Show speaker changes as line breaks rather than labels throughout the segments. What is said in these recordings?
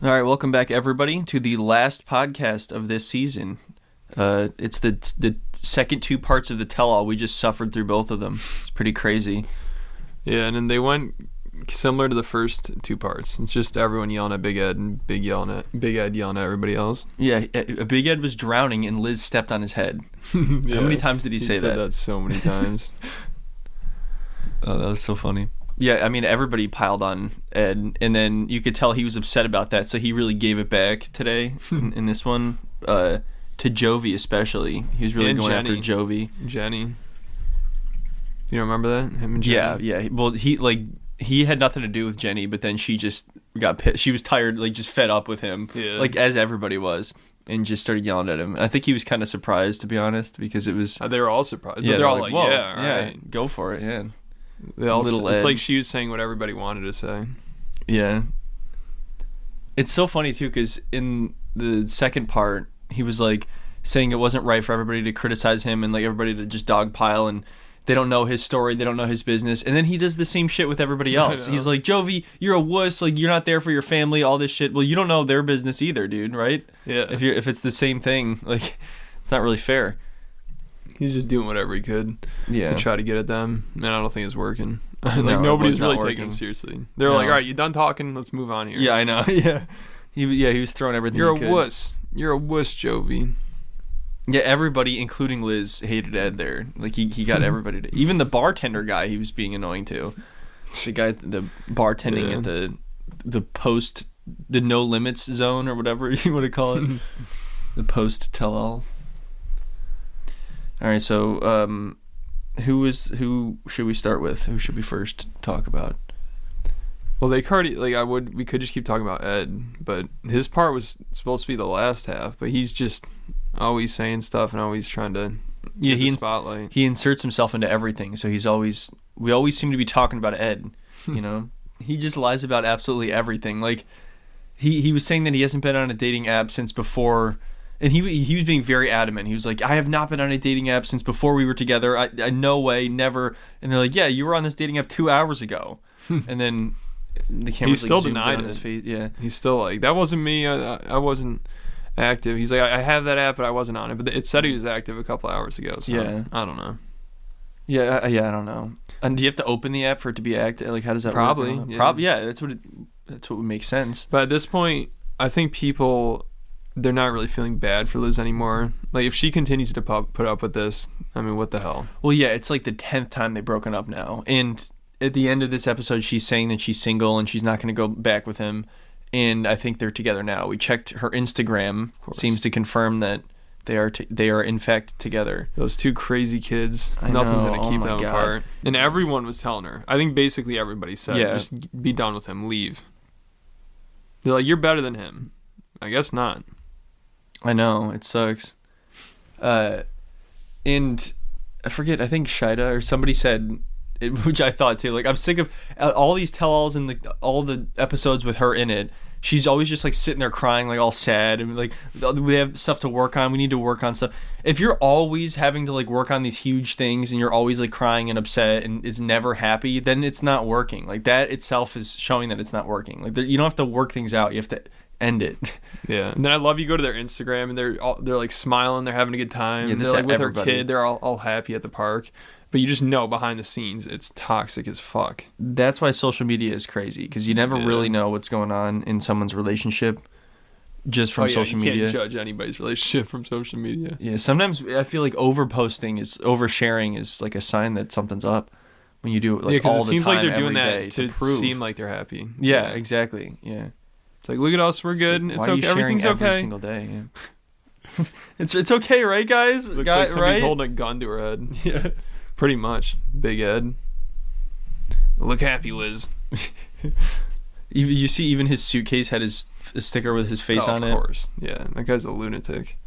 All right, welcome back, everybody, to the last podcast of this season. Uh, it's the the second two parts of the tell-all. We just suffered through both of them. It's pretty crazy.
Yeah, and then they went similar to the first two parts. It's just everyone yelling at Big Ed and Big yelling at Big Ed yelling at everybody else.
Yeah, uh, Big Ed was drowning and Liz stepped on his head. How many times did he,
He
say
said
that?
that so many times.
Oh, that was so funny. Yeah, I mean everybody piled on Ed, and then you could tell he was upset about that. So he really gave it back today in, in this one uh, to Jovi especially. He was really
And
going
Jenny.
after Jovi.
Jenny. You don't remember that? Him and Jenny?
Yeah, yeah. Well, he like he had nothing to do with Jenny, but then she just got pissed. She was tired, like just fed up with him,
Yeah.
like as everybody was, and just started yelling at him. I think he was kind of surprised, to be honest, because it was.
Uh, They were all surprised.
yeah,
but they're all like,
"Whoa,
yeah, all right."
go for it, yeah,
They all,
Little
it's
Ed.
like she was saying what everybody wanted to say.
yeah." It's so funny too, because in the second part, he was like saying it wasn't right for everybody to criticize him and like everybody to just dogpile and. They don't know his story. They don't know his business. And then he does the same shit with everybody
I
else.
know.
He's like, Jovi, you're a wuss. Like, you're not there for your family, all this shit. Well, you don't know their business either, dude, right?
Yeah.
If you're if it's the same thing, like, it's not really fair.
he was just doing whatever he could
Yeah.
to try to get at them, and I don't think it's working. like
No, it was
nobody's
not
really taking
working.
him seriously. They're like,
No.
all right, you're done talking. Let's move on here.
Yeah, I know. yeah. He, yeah, he was throwing everything.
You're
he
a
could.
wuss. You're a wuss, Jovi.
Yeah, everybody, including Liz, hated Ed there. Like he, he got everybody to even the bartender guy he was being annoying to. The guy the bartending
Yeah.
at the the post the no limits zone or whatever you want to call it. the post tell all. Alright, so um who is who should we start with? Who should we first talk about?
Well, they already like I would. We could just keep talking about Ed, but his part was supposed to be the last half. But he's just always saying stuff and always trying to
Yeah,
get
he
the
in-
spotlight.
he inserts himself into everything, so he's always we always seem to be talking about Ed, you know. he just lies about absolutely everything. Like he he was saying that he hasn't been on a dating app since before and he he was being very adamant. He was like, "I have not been on a dating app since before we were together. I, I no way, never." And they're like, "Yeah, you were on this dating app 2 hours ago." and then the camera's
still
like zoomed in
denied
on his
it.
face. Yeah.
He's still like that wasn't me. I, I- I wasn't active. He's like I, I have that app, but I wasn't on it. But it said he was active a couple hours ago. So
Yeah.
I don't know.
Yeah, I- Uh, yeah, I don't know. And do you have to open the app for it to be active? Like, how does that
Probably,
work? I don't know.
yeah.
Prob- yeah, that's what it, that's what would make sense.
But at this point, I think people they're not really feeling bad for Liz anymore. Like if she continues to pop, put up with this, I mean, what the hell?
Well, yeah, it's like the tenth time they've broken up now, and at the end of this episode, she's saying that she's single and she's not going to go back with him. And I think they're together now. We checked her Instagram;
course.
seems to confirm that they are t- they are in fact together.
Those two crazy kids,
I
nothing's
know,
gonna
oh
keep
my
them
God.
apart. And everyone was telling her. I think basically everybody said,
Yeah.
just be done with him, leave. They're like, you're better than him. I guess not.
I know it sucks. Uh, and I forget. I think Shida or somebody said, it, which I thought too. Like I'm sick of uh, all these tell-alls and the, all the episodes with her in it. She's always just like sitting there crying, like all sad, and like we have stuff to work on. We need to work on stuff. If you're always having to like work on these huge things, and you're always like crying and upset, and is never happy, then it's not working. Like that itself is showing that it's not working. Like there, you don't have to work things out. You have to end it.
Yeah. And then I love you go to their Instagram and they're all, they're like smiling, they're having a good time.
Yeah, that's
they're like with
everybody.
her kid, they're all, all happy at the park. But you just know behind the scenes it's toxic as fuck.
that's why social media is crazy because you never
Yeah.
really know what's going on in someone's relationship just from
Oh, yeah,
social
you
media.
Can't judge anybody's relationship from social media.
yeah, sometimes I feel like overposting is oversharing is like a sign that something's up when you do it like
yeah,
all
because it
the
seems
time,
like they're doing
every
that
day
to,
prove.
seem like they're happy.
yeah, exactly. Yeah,
it's like look at us, we're good.
Why
It's
are you
okay.
sharing
Everything's
every
okay.
Single day. Yeah. it's it's okay, right, guys?
Looks
Guy-
like somebody's
right?
holding a gun to her head.
yeah.
Pretty much, Big Ed. Look happy, Liz.
You, you see, even his suitcase had his a sticker with his face
Oh,
on
of
it.
course. Yeah, that guy's a lunatic.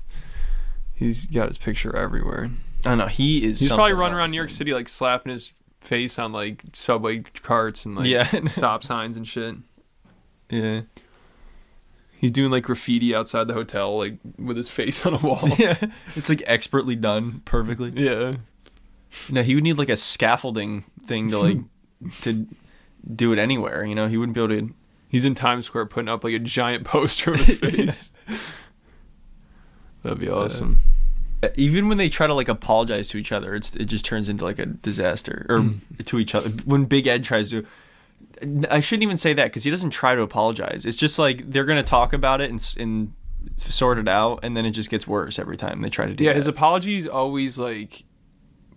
He's got his picture everywhere.
I know he is.
He's probably
something
running
else,
around New York
man.
City like slapping his face on like subway carts and like
Yeah.
stop signs and shit.
Yeah.
He's doing like graffiti outside the hotel, like with his face on a wall.
yeah, it's like expertly done perfectly.
yeah.
No, he would need like a scaffolding thing to like to do it anywhere. You know, he wouldn't be able to
He's in Times Square putting up like a giant poster of his face. That'd be awesome.
Even when they try to like apologize to each other, it's it just turns into like a disaster. Or to each other. When Big Ed tries to, I shouldn't even say that because he doesn't try to apologize. It's just like they're gonna talk about it and s- and sort it out, and then it just gets worse every time they try to do.
yeah,
that.
his apologies always like,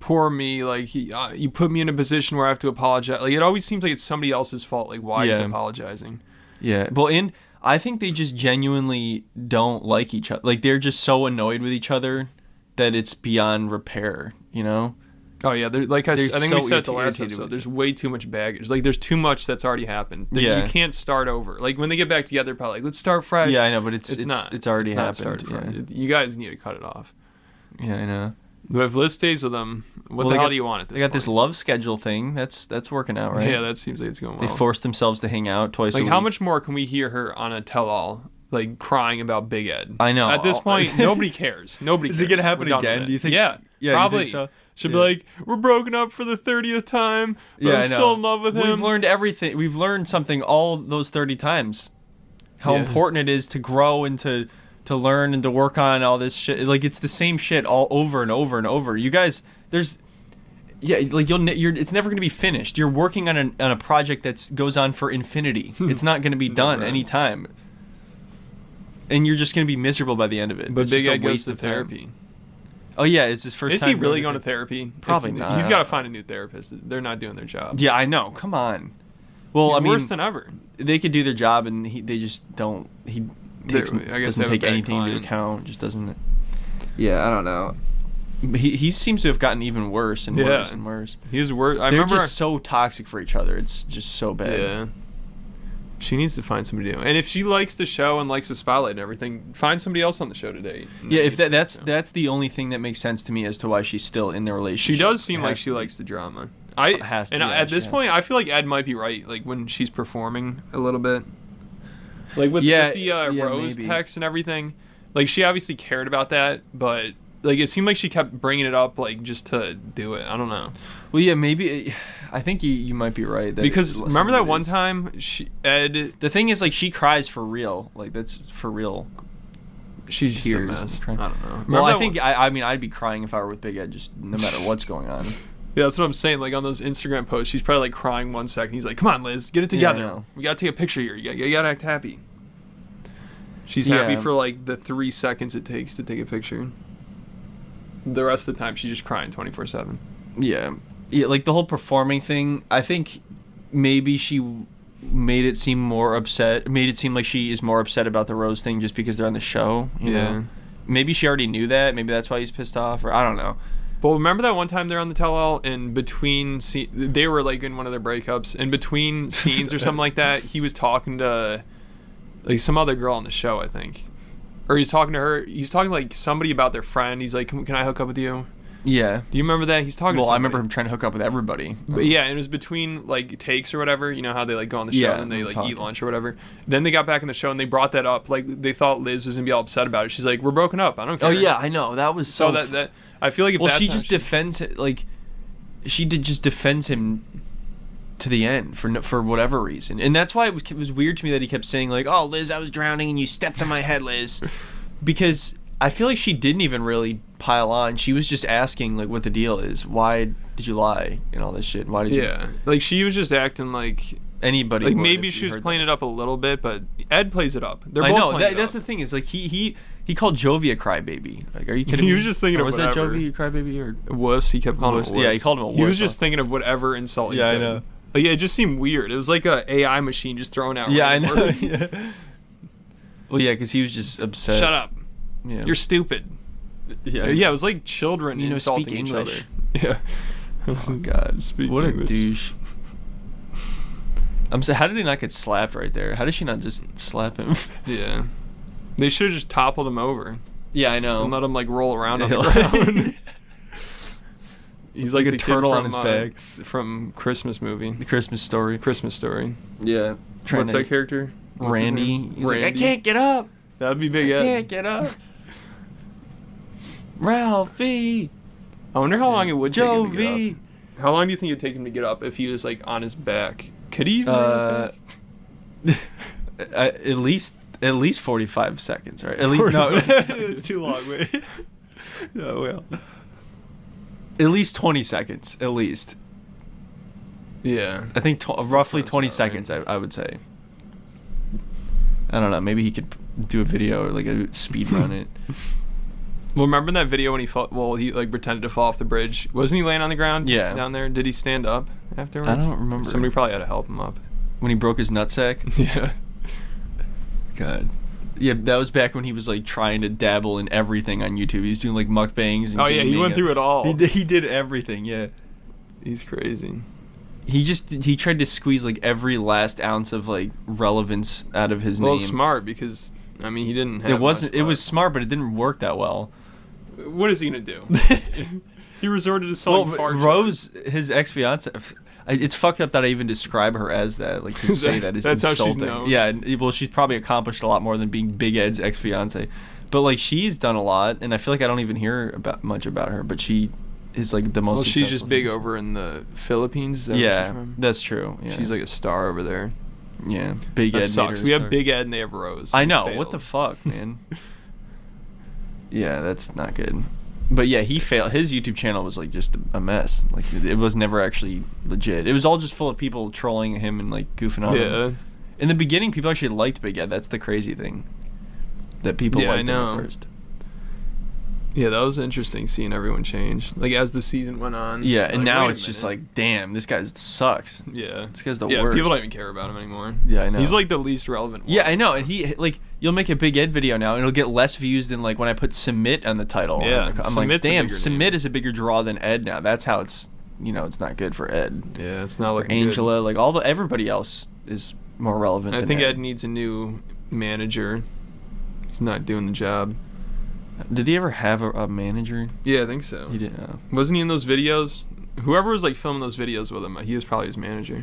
poor me. Like he, uh, you put me in a position where I have to apologize. Like it always seems like it's somebody else's fault. Like why he's
Yeah.
apologizing.
Yeah. Well, and I think they just genuinely don't like each other. Like they're just so annoyed with each other that it's beyond repair. You know?
Oh yeah, there, like I, s-
They're
I think we
so
said it the
irritated
last
with
episode.
each
There's way too much baggage. Like there's too much that's already happened. That
Yeah.
you can't start over. Like when they get back together, probably like let's start fresh.
Yeah, I know, but it's
it's, not.
It's already
it's not
happened.
started
yeah.
fresh. You guys need to cut it off.
Yeah, I know.
But if Liz stays with him, what
Well,
the
they
hell
got-
do you want at this?
They got
point?
this love schedule thing. That's that's working out, right?
Yeah, that seems like it's going
they
well.
force themselves to hang out twice
like
a
how
week.
much more can we hear her on a tell-all, like crying about Big Ed?
I know.
At this point, nobody cares. Nobody.
Is
cares.
it gonna happen
We're done with
again?
it.
Do you think-
Yeah.
Yeah, you think
Probably.
so?
She'll
Yeah.
be like, "We're broken up for the thirtieth time, but
Yeah,
I'm
I know.
still in love with him."
We've learned everything. We've learned something all those 30 times. How
Yeah.
important it is to grow and to to learn and to work on all this shit. Like it's the same shit all over and over and over. You guys, there's yeah, like you'll ne- you're it's never going to be finished. You're working on an, on a project that goes on for infinity. it's not going to be done
Hmm. Never ends.
anytime. And you're just going to be miserable by the end of it.
but
It's
Big
just a
Ed goes
waste
to
of time.
therapy.
Oh yeah, it's his first
Is
time.
he really going to therapy?
Probably
It's-
not.
He's got to find a new therapist. They're not doing their job.
Yeah, I know. Come on. Well,
He's
I mean,
worse than ever.
they could do their job and he, they just don't he
They-
takes,
I guess they
doesn't
have a
take
bad
anything into
client.
account just doesn't yeah i don't know he, he seems to have gotten even worse and worse
Yeah.
and worse
He was worse. I
they're
remember.
just so toxic for each other it's just so bad
yeah. She needs to find somebody new. And if she likes the show and likes the spotlight and everything, find somebody else on the show today.
yeah if that, that's that's the only thing that makes sense to me as to why she's still in the relationship
She does seem
It
like
has
she
to be.
likes the drama. I
Has to
and
be,
I-
yeah,
at
she
this
has
point, I feel like Ed might be right. Like when she's performing a little bit, like with,
Yeah,
with the uh,
yeah,
rose
maybe.
text and everything. Like she obviously cared about that, but like it seemed like she kept bringing it up, like just to do it. I don't know
well yeah maybe i think you, you might be right that
because
it's less
remember
than
that
it
one
is.
time she Ed
the thing is like she cries for real like that's for real
she's just
Tears and
a mess.
crying.
I don't know. Remember
well i
that
think
one-
I, I mean i'd be crying if i were with big ed just no matter what's going on
yeah, that's what I'm saying. Like on those Instagram posts, she's probably like crying one second. He's like, "Come on, Liz, get it
Yeah, I
together.
know.
we gotta take a picture here. You gotta, you gotta act happy." She's
Yeah.
happy for like the three seconds it takes to take a picture. The rest of the time, she's just crying 24 seven.
Yeah. Yeah, like the whole performing thing, I think maybe she w- made it seem more upset, made it seem like she is more upset about the Rose thing just because they're on the show, you
Yeah.
know. Maybe she already knew that, maybe that's why he's pissed off or I don't know.
But remember that one time they're on the tell-all, and between sce- they were like in one of their breakups, and between scenes or something like that, he was talking to like some other girl on the show, I think, or he's talking to her. He's talking to, like somebody about their friend. He's like, "Can, can I hook up with you?"
Yeah.
Do you remember that? He's talking.
Well,
to
I remember
somebody.
him trying to hook up with everybody.
But yeah, and it was between like takes or whatever. You know how they like go on the show
Yeah,
and they
we'll
like
talk.
eat lunch or whatever. Then they got back in the show and they brought that up. Like they thought Liz was gonna be all upset about it. She's like, "We're broken up. I don't care."
Oh yeah, I know. That was so,
So that that I feel like if
Well,
that's
she
how
just defends it like she did just defends him to the end for no, for whatever reason. And that's why it was, it was weird to me that he kept saying like, "Oh, Liz, I was drowning and you stepped on my head, Liz." because I feel like she didn't even really pile on. She was just asking like what the deal is. Why did you lie and all this shit? Why did you
yeah, like she was just acting like
anybody
like
would
maybe
if you
she was
heard
playing
that.
it up a little bit, but Ed plays it up. They're
I
both
know
playing
that,
it
that's
up.
the thing is like he he he called Jovi a crybaby. Like are you kidding me?
He was just thinking
Or
of
was that
whatever.
Jovi a crybaby or
wuss. He kept calling him a
Wuss.
wuss.
Yeah, he called him a
He was
wuss,
just
huh?
thinking of whatever insult. He
Yeah, I
could.
know.
Like, yeah, it just seemed weird. It was like a AI machine just throwing out.
Yeah, I
random
know.
words.
yeah. Well, yeah, because he was just upset.
Shut up.
Yeah.
You're stupid.
yeah.
Uh, Yeah, it was like children
You know,
insulting
speak
each
English.
other. Yeah.
Oh, God.
speak
what
English.
a douche. I'm so. How did he not get slapped right there? How did she not just slap him?
Yeah. They should have just toppled him over
yeah, I know.
and let him like roll around on the
Yeah.
ground. He's like,
Like a
the kid
turtle on
from,
his
uh,
back.
from Christmas movie,
the Christmas story.
Christmas story.
Yeah. Trying
What's
to,
that character? What's his
Randy.
name?
He's like, I
Randy.
can't get up.
That'd be big.
I
Ed.
can't get up. Ralphie.
I wonder how long it would take him to get
Jovi.
up. How long do you think it'd take him to get up if he was like on his back? Could he even be on his
Uh,
back?
uh, at least at least 45 seconds, right? At least no,
45
it's
seconds.
too long. Wait.
Oh well.
At least 20 seconds, at least.
Yeah.
I think tw- roughly 20
sounds about right.
seconds. I, I would say. I don't know. Maybe he could do a video or like a speed run it.
Well, remember that video when he fell? Well, he like pretended to fall off the bridge. Wasn't he laying on the ground?
Yeah.
Down there. Did he stand up afterwards?
don't remember.
Somebody probably had to help him up.
When he broke his nutsack.
yeah.
God. Yeah, that was back when he was like trying to dabble in everything on YouTube. He was doing like mukbangs. And
Oh, yeah, he
gaming
went
and-
through it all.
He did, he did everything. Yeah.
He's crazy.
He just he tried to squeeze like every last ounce of like relevance out of his
Well,
name.
smart because I mean he didn't. Have
It
much
wasn't. It was
left.
smart, but it didn't work that well.
What is he gonna do? he resorted to
Well,
selling
but
fart
Rose, his ex fiance, it's fucked up that I even describe her as that. Like to say that is
That's- that's how she's
insulting.
known.
Yeah, and- well, she's probably accomplished a lot more than being Big Ed's ex fiance, but like she's done a lot, and I feel like I don't even hear about much about her. But she is like the most.
Well, she's just
successful.
big over in the Philippines. Is that where she's,
Yeah,
from?
that's true. Yeah.
she's like a star over there.
yeah, Big
that
Ed. made
sucks.
her
We have
start.
Big Ed and they have Rose.
I
They
know.
failed.
What the fuck, man? yeah, that's not good. But yeah, he failed. His YouTube channel was like just a mess. Like it it was never actually legit. It was all just full of people trolling him and like goofing on.
Yeah.
Him. In the beginning, people actually liked Big Ed. That's the crazy thing. That people
Yeah, I
liked him
know.
at first.
Yeah, that was interesting seeing everyone change. Like as the season went on.
Yeah, and
like,
now
wait a
it's just
minute.
like, damn, this guy sucks.
Yeah.
This guy's the
yeah,
worst.
people don't even care about him anymore.
Yeah, I know.
He's like the least relevant one.
Yeah, I know. And he like you'll make a big Ed video now, and it'll get less views than like when I put submit on the title.
Yeah,
I'm like,
Submit's a
damn,
bigger
submit
name."
is a bigger draw than Ed now. That's how it's you know it's not good for Ed
Yeah, it's not
or
looking good.
Angela. Like all the everybody else is more relevant.
I
than
think Ed needs a new manager. He's not doing the job.
Did he ever have a, a manager?
Yeah, I think so.
He didn't. Uh,
Wasn't he in those videos? Whoever was like filming those videos with him, he was probably his manager.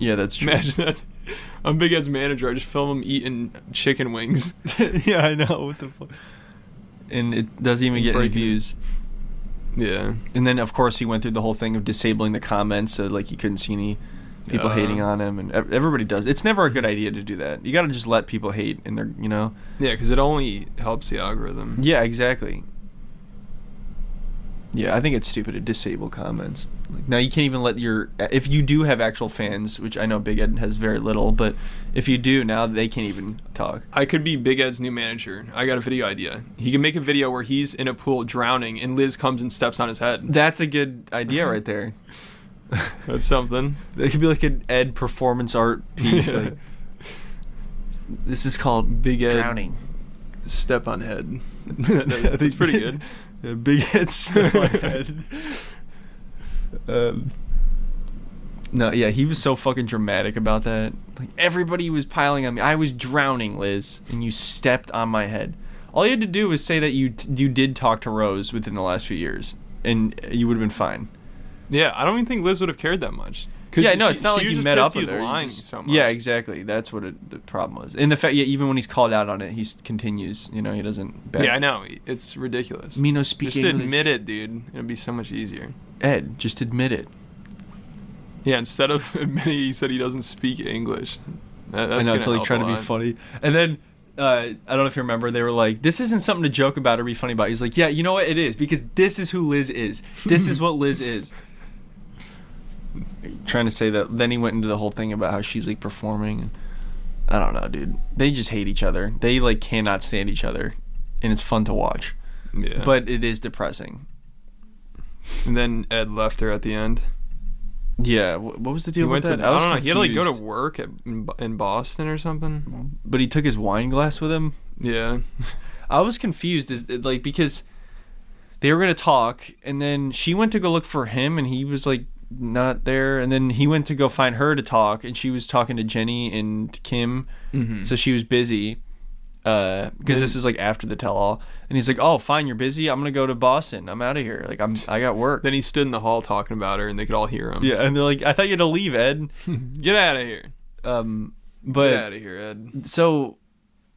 yeah, that's true.
Imagine that. I'm Big Ed's manager. I just film him eating chicken wings.
yeah, I know. What the fuck? And it doesn't even
He's
get any
breaking his-
views.
Yeah.
And then of course he went through the whole thing of disabling the comments so like he couldn't see any people
Yeah.
hating on him and ev- everybody does. It's never a good idea to do that. You got to just let people hate and they're, you know.
Yeah, because it only helps the algorithm.
Yeah, exactly. Yeah, I think it's stupid to disable comments. Like now you can't even let your if you do have actual fans, which I know Big Ed has very little, but if you do, now they can't even talk.
I could be Big Ed's new manager. I got a video idea. He can make a video where he's in a pool drowning and Liz comes and steps on his head.
That's a good idea right there.
That's something.
That could be like an Ed performance art piece. like, this is called
Big Ed.
Drowning.
Step on head. That's pretty good.
Yeah, big head step on head.
Um,
No, yeah, he was so fucking dramatic about that. Like everybody was piling on me. I was drowning, Liz, and you stepped on my head. All you had to do was say that you t- you did talk to Rose within the last few years, and you would have been fine.
yeah, I don't even think Liz would have cared that much. 'Cause
Yeah, no,
she-
it's not
she
like
was
you
just
met
pissed
up
he
with
was
her. you
lying
just-
so
Yeah,
much.
exactly. That's what it, the problem was. And the fact, yeah, even when he's called out on it, he s- continues. You know, he doesn't. back-
Yeah, I know. It's ridiculous.
Me no speak
Just
English.
admit it, dude. It'd be so much easier.
Ed, just admit it.
Yeah, instead of admitting he said he doesn't speak English. That,
I
that's
know
gonna
until he
help
tried
a
to be
lot.
funny, and then uh, I don't know if you remember, they were like, "This isn't something to joke about or be funny about." He's like, "Yeah, you know what? It is because this is who Liz is. This is what Liz is." Trying to say that. Then he went into the whole thing about how she's like performing. I don't know, dude. They just hate each other. They like cannot stand each other, and it's fun to watch,
Yeah.
but it is depressing.
and then Ed left her at the end.
Yeah. wh- What was the
He
deal with
went to
that?
I,
was
don't know. He had to like go to
confused.
work at, in, Bo- in Boston or something.
but he took his wine glass with him.
Yeah.
I was confused is like because they were gonna talk and then she went to go look for him and he was like not there and then he went to go find her to talk and she was talking to Jenny and Kim
Mhm.
so she was busy because this is like after the tell all and he's like oh fine you're busy I'm gonna go to Boston I'm out of here like I'm I got work
Then he stood in the hall talking about her, and they could all hear him.
yeah and they're like I thought you had to leave Ed
Get out of here.
um
Get
but
out of here, Ed.
so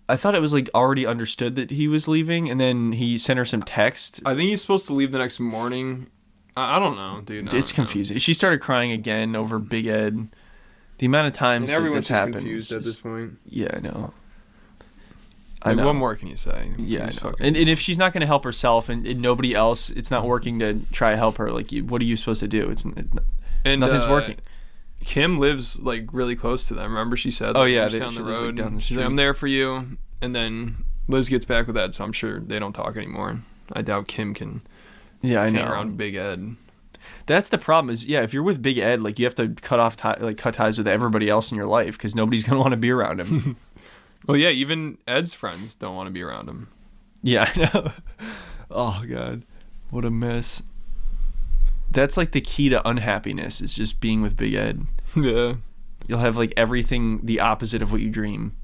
I thought it was like already understood that he was leaving and then he sent her some text
I think he's supposed to leave the next morning. I, I don't know, dude. I
it's
don't know.
confusing. She started crying again over Big Ed. The amount of times
And
that that's
everyone's just
happened. is
confused at this
just-
point.
Yeah, I know. I
Like,
know.
what more can you say?
Yeah,
He's
I know.
fucking-
And, and if she's not going to help herself and, and nobody else, it's not working to try to help her. Like, you, what are you supposed to do? It's n- it,
And,
nothing's
uh,
working.
Kim lives like really close to them. Remember she said,
Oh,
like,
yeah,
just
they-
down
she
the
lives, like,
road.
down the
She's like, I'm
street.
there for you. And then Liz gets back with Ed, so I'm sure they don't talk anymore. I doubt Kim can
Yeah, I
hang
know.
around Big Ed.
That's the problem. Is yeah, if you're with Big Ed, like you have to cut off tie, like cut ties with everybody else in your life because nobody's going to want to be around him.
Well, yeah, even Ed's friends don't want to be around him.
yeah, I know. Oh God, what a mess. That's like the key to unhappiness is just being with Big Ed.
yeah.
You'll have like everything the opposite of what you dream.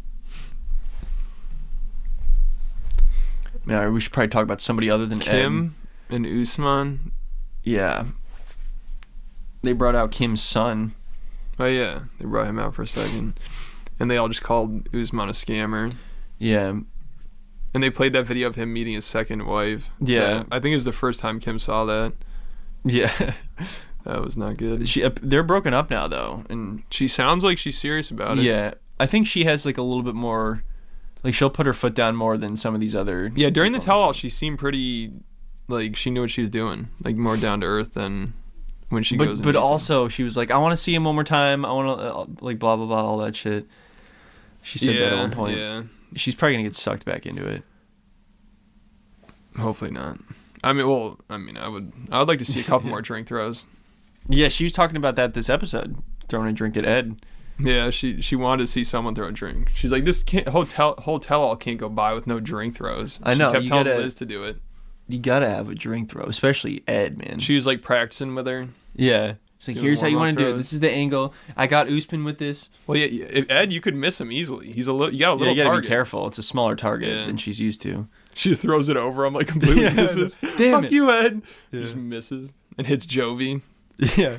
Yeah, we should probably talk about somebody other than Ed.
Kim and Usman.
Yeah. They brought out Kim's son.
Oh, yeah. They brought him out for a second. And they all just called Usman a scammer.
Yeah.
And they played that video of him meeting his second wife.
Yeah.
That- I think it was the first time Kim saw that.
Yeah.
That was not good.
she uh, they're broken up now though. And
She sounds like she's serious about it.
yeah, I think she has like a little bit more like she'll put her foot down more than some of these other
Yeah, during the
people.
tell all, she seemed pretty, like, she knew what she was doing. Like, more down to earth than when she
but
goes. and
but
meets him.
also she was like I want to see him one more time. I want to uh, like blah blah blah all that shit. She said that at one point.
Yeah.
She's probably going to get sucked back into it.
Hopefully not. I mean, well, I mean, I would, I would like to see a couple more drink throws.
Yeah, she was talking about that this episode, throwing a drink at Ed.
Yeah, she she wanted to see someone throw a drink. She's like, this can't, hotel hotel all can't go by with no drink throws.
I
she
know,
Kept
you
telling
gotta-
Liz to do it.
You got to have a drink throw, especially Ed, man.
She was like practicing with her.
yeah. It's like,
Do
here's how you
warm-up
want to do it.
throws.
This is the angle. I got Usman with this.
Well, yeah, yeah, if- Ed, you could miss him easily. He's a little, you got a
Yeah,
little
you got to
target.
be careful. It's a smaller target
Yeah.
than she's used to.
She just throws it over. I'm like completely
Yeah, I know.
misses.
Damn
Fuck
it.
you, Ed.
Yeah.
Just misses and hits Jovi.
Yeah.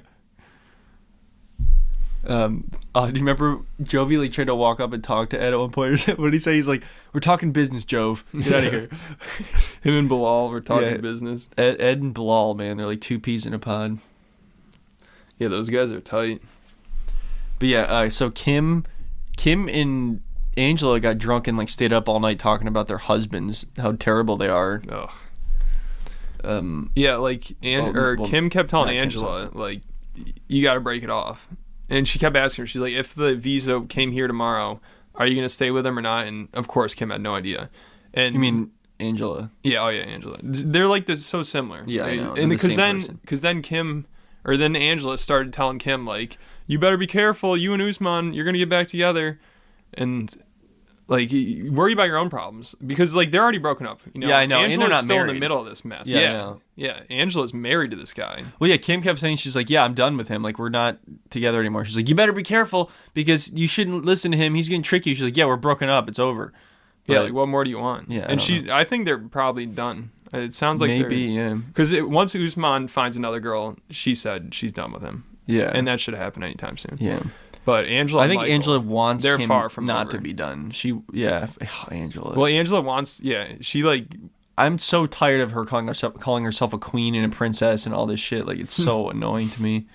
Um, uh, do you remember Jovi like tried to walk up and talk to Ed at one point? what did he say? He's like, "We're talking business, Jove. Get out of here."
Him and Bilal were talking
Yeah.
business.
Ed, Ed and Bilal, man, they're like two peas in a pod.
Yeah, those guys are tight.
But yeah, uh, so Kim, Kim and Angela got drunk and like stayed up all night talking about their husbands, how terrible they are.
Ugh.
Um,
Yeah, like and
Well,
or
well,
Kim kept telling
not Kim,
Angela like y- you got to break it off, and she kept asking her. She's like, if the visa came here tomorrow, are you gonna stay with him or not? And of course, Kim had no idea. And
you mean Angela?
yeah, oh yeah, Angela. They're like this so similar.
Yeah, I know, they're
and
the
because
same
then
person.
because then Kim or then Angela started telling Kim like you better be careful. You and Usman, you're gonna get back together, and. Like y- worry about your own problems because like they're already broken up. You know?
Yeah, I know, and
Angela's
they're not
still in the
married.
middle of this mess.
Yeah, I
yeah,
know.
yeah. Angela's married to this guy.
Well, yeah, Kim kept saying she's like, "Yeah, I'm done with him. Like, we're not together anymore." She's like, "You better be careful because you shouldn't listen to him. He's gonna trick you." She's like, "Yeah, we're broken up. It's over."
Yeah,
But
like what more do you want?
Yeah, I don't
and she, I think they're probably done. It sounds like
maybe, yeah,
because once Usman finds another girl, she said she's done with him,
yeah,
and that should happen anytime soon.
yeah.
But Angela,
I think
Michael-
Angela wants
they're
him
far from
not
over.
to be done. She, yeah, Ugh, Angela.
Well, Angela wants, yeah, she like,
I'm so tired of her calling herself calling herself a queen and a princess and all this shit. Like, it's so annoying to me.